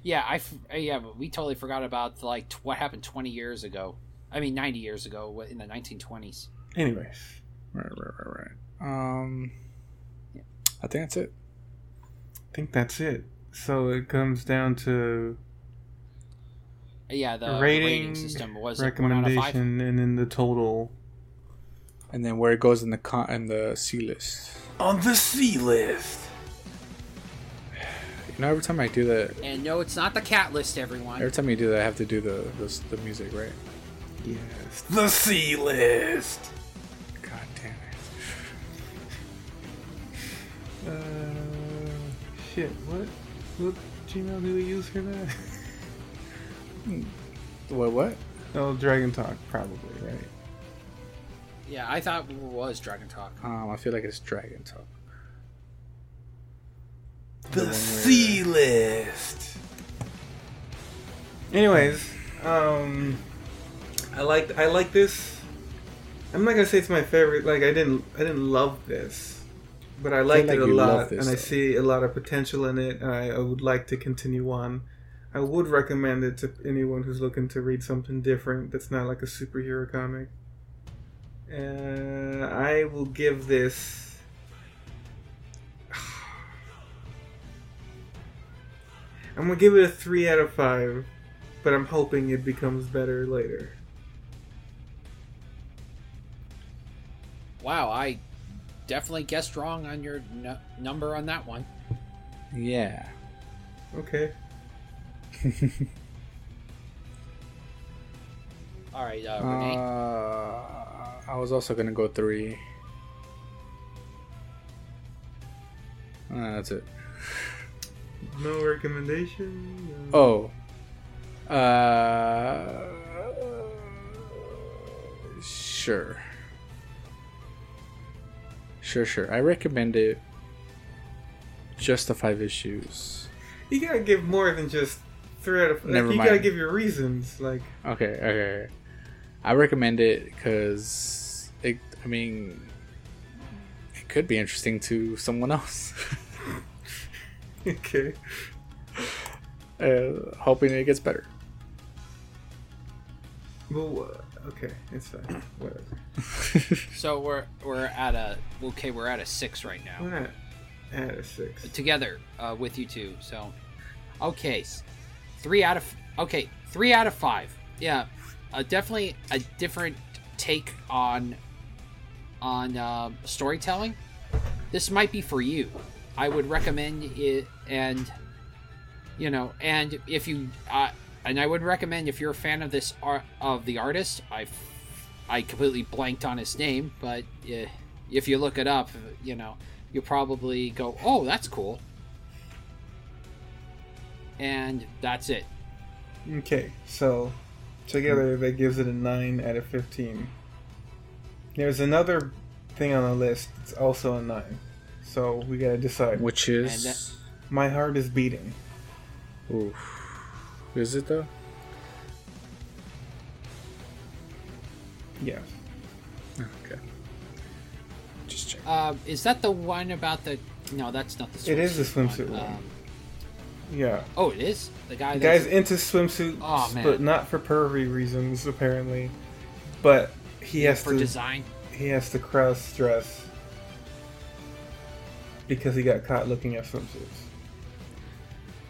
Speaker 6: yeah, I f- uh, yeah but we totally forgot about like t- what happened twenty years ago. I mean ninety years ago wh- in the nineteen twenties.
Speaker 7: Anyways,
Speaker 8: Right, right, right, right. Um, I think that's it.
Speaker 7: I think that's it. So it comes down to
Speaker 6: Uh, Yeah, the the rating,
Speaker 7: Rating,
Speaker 6: system was like one out of five.
Speaker 7: recommendation and then the total
Speaker 8: And then where it goes in the con- in the C list.
Speaker 7: on the C list.
Speaker 8: You know, every time I do that,
Speaker 6: And no, it's not the cat list, everyone.
Speaker 7: Er
Speaker 8: every time you do that, I have to do the the, the music, right?
Speaker 7: Yes, the C list.
Speaker 8: God damn it.
Speaker 7: Uh, shit. What? What Gmail do we use for that?
Speaker 8: What? What?
Speaker 7: oh, Dragon Talk, probably right.
Speaker 6: Yeah, I thought it was Dragon Talk.
Speaker 8: Um, I feel like it's Dragon Talk.
Speaker 7: The C list. Anyways, um, I like I like this. I'm not gonna say it's my favorite. Like I didn't I didn't love this, but I liked
Speaker 8: like
Speaker 7: it a
Speaker 8: you love
Speaker 7: lot,
Speaker 8: this,
Speaker 7: and I
Speaker 8: though.
Speaker 7: see a lot of potential in it. And I, I would like to continue on. I would recommend it to anyone who's looking to read something different that's not like a superhero comic. Uh, I will give this. I'm gonna give it a three out of five, but I'm hoping it becomes better later.
Speaker 6: Wow, I definitely guessed wrong on your n- number on that one.
Speaker 4: Yeah.
Speaker 7: Okay.
Speaker 6: All right, uh,
Speaker 8: Uh,
Speaker 6: Renee.
Speaker 8: I was also gonna go three. Uh, that's it.
Speaker 7: No recommendation. no-
Speaker 8: Oh. Uh. Sure. Sure, sure. I recommend it. Just the five issues.
Speaker 7: You gotta give more than just three out of. Like,
Speaker 8: Never
Speaker 7: you gotta
Speaker 8: mind.
Speaker 7: give your reasons. Like,
Speaker 8: Okay, okay. okay. I recommend it because it. I mean, it could be interesting to someone else.
Speaker 7: okay.
Speaker 8: uh, hoping it gets better.
Speaker 7: Well, uh, okay, it's fine. Whatever.
Speaker 6: So we're we're at a okay. We're at a six right now.
Speaker 7: We're not at a six.
Speaker 6: together uh, with you two. So, okay, s- three out of okay, three out of five. Yeah, uh, definitely a different take on on uh, storytelling. This might be for you. I would recommend it, and you know, and if you, uh, and I would recommend if you're a fan of this art of the artist. I, I completely blanked on his name, but uh, if you look it up, you know, you'll probably go, "Oh, that's cool," and that's it.
Speaker 7: Okay, so together that gives it a 9 out of 15. There's another thing on the list that's also a 9. So we gotta decide.
Speaker 8: Which is.
Speaker 7: My heart is beating.
Speaker 8: Oof. Is it though?
Speaker 7: Yeah.
Speaker 8: Oh, Okay. Just check.
Speaker 6: Uh, is that the one about the? No, that's not the. Swimsuit
Speaker 7: It is the swimsuit one.
Speaker 6: Um,
Speaker 7: Yeah.
Speaker 6: oh, it is the guy.
Speaker 7: The
Speaker 6: that's-
Speaker 7: guy's into swimsuits,
Speaker 6: Aw, man.
Speaker 7: but not for pervy reasons, apparently. But he has
Speaker 6: for
Speaker 7: to
Speaker 6: design.
Speaker 7: he has to cross dress because he got caught looking at swimsuits.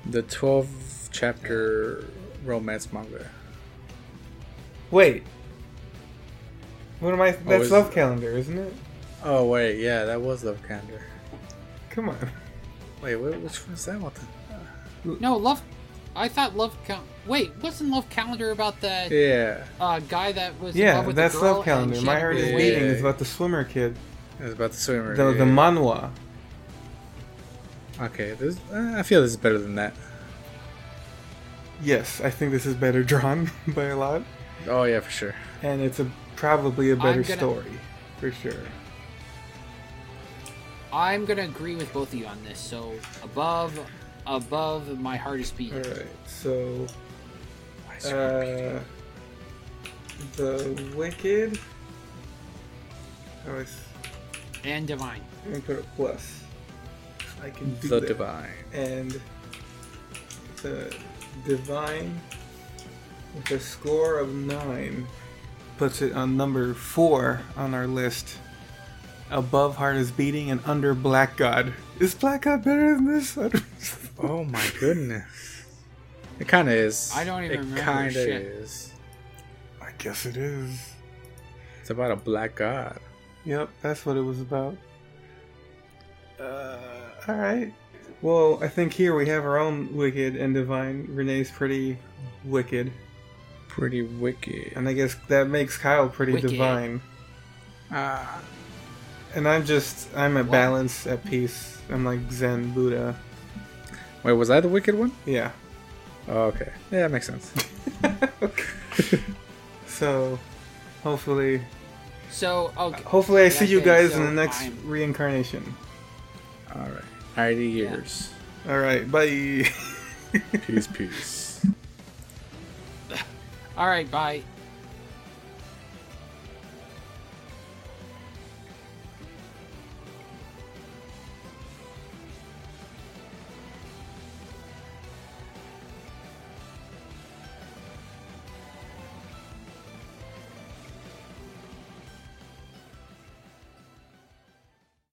Speaker 8: The 12 chapter romance manga.
Speaker 7: Wait. What am I? That's
Speaker 8: Oh, is-
Speaker 7: love calendar, isn't it?
Speaker 8: Oh, wait. Yeah, that was Love Calendar.
Speaker 7: Come on.
Speaker 8: Wait, wh- which one's that one? then?
Speaker 6: No, love. I thought love. Cal- Wait, wasn't love calendar about that
Speaker 8: Yeah.
Speaker 6: uh, guy that was? in
Speaker 7: Yeah,
Speaker 6: love with
Speaker 7: that's
Speaker 6: the girl
Speaker 7: love
Speaker 6: and
Speaker 7: calendar.
Speaker 6: she
Speaker 7: My
Speaker 6: had a
Speaker 7: heart is
Speaker 8: Yeah.
Speaker 6: boy?
Speaker 7: beating is about the swimmer kid,
Speaker 8: It was about the swimmer.
Speaker 7: the
Speaker 8: yeah.
Speaker 7: the manhwa.
Speaker 8: Okay, this, uh, I feel this is better than that.
Speaker 7: Yes, I think this is better drawn by a lot,
Speaker 8: Oh, yeah, for sure.
Speaker 7: and it's a probably a better
Speaker 6: I'm gonna-
Speaker 7: story for sure.
Speaker 6: I'm gonna agree with both of you on this. So above, above, my heart is beating.
Speaker 7: All right, so uh, the wicked. I was
Speaker 6: and divine.
Speaker 7: gonna put a plus. I can do
Speaker 8: Uh, The
Speaker 7: that.
Speaker 8: Divine.
Speaker 7: and the divine with a score of nine puts it on number four on our list above heart is beating and under black god is black god better than this I don't-
Speaker 8: Oh my goodness. It kind of is.
Speaker 6: I don't even
Speaker 8: It
Speaker 6: remember
Speaker 8: kind of
Speaker 6: shit.
Speaker 8: is.
Speaker 7: i guess it is
Speaker 8: It's about a black god.
Speaker 7: yep that's what it was about uh, all right well i think here we have our own wicked and divine renee's pretty wicked
Speaker 8: Pretty wicked.
Speaker 7: and i guess that makes kyle pretty
Speaker 6: Wicked.
Speaker 7: divine
Speaker 8: Ah.
Speaker 7: And I'm just, I'm at balance, at peace. I'm like Zen Buddha.
Speaker 8: Wait, was I the wicked one?
Speaker 7: Yeah.
Speaker 8: Oh, okay. Yeah, that makes sense.
Speaker 7: So, hopefully,
Speaker 6: So okay.
Speaker 7: hopefully I see you
Speaker 6: Okay,
Speaker 7: guys
Speaker 6: so
Speaker 7: in the next
Speaker 6: I'm-
Speaker 7: reincarnation.
Speaker 8: All right. Alrighty, years.
Speaker 7: All right, bye.
Speaker 8: Peace, peace.
Speaker 6: All right, bye.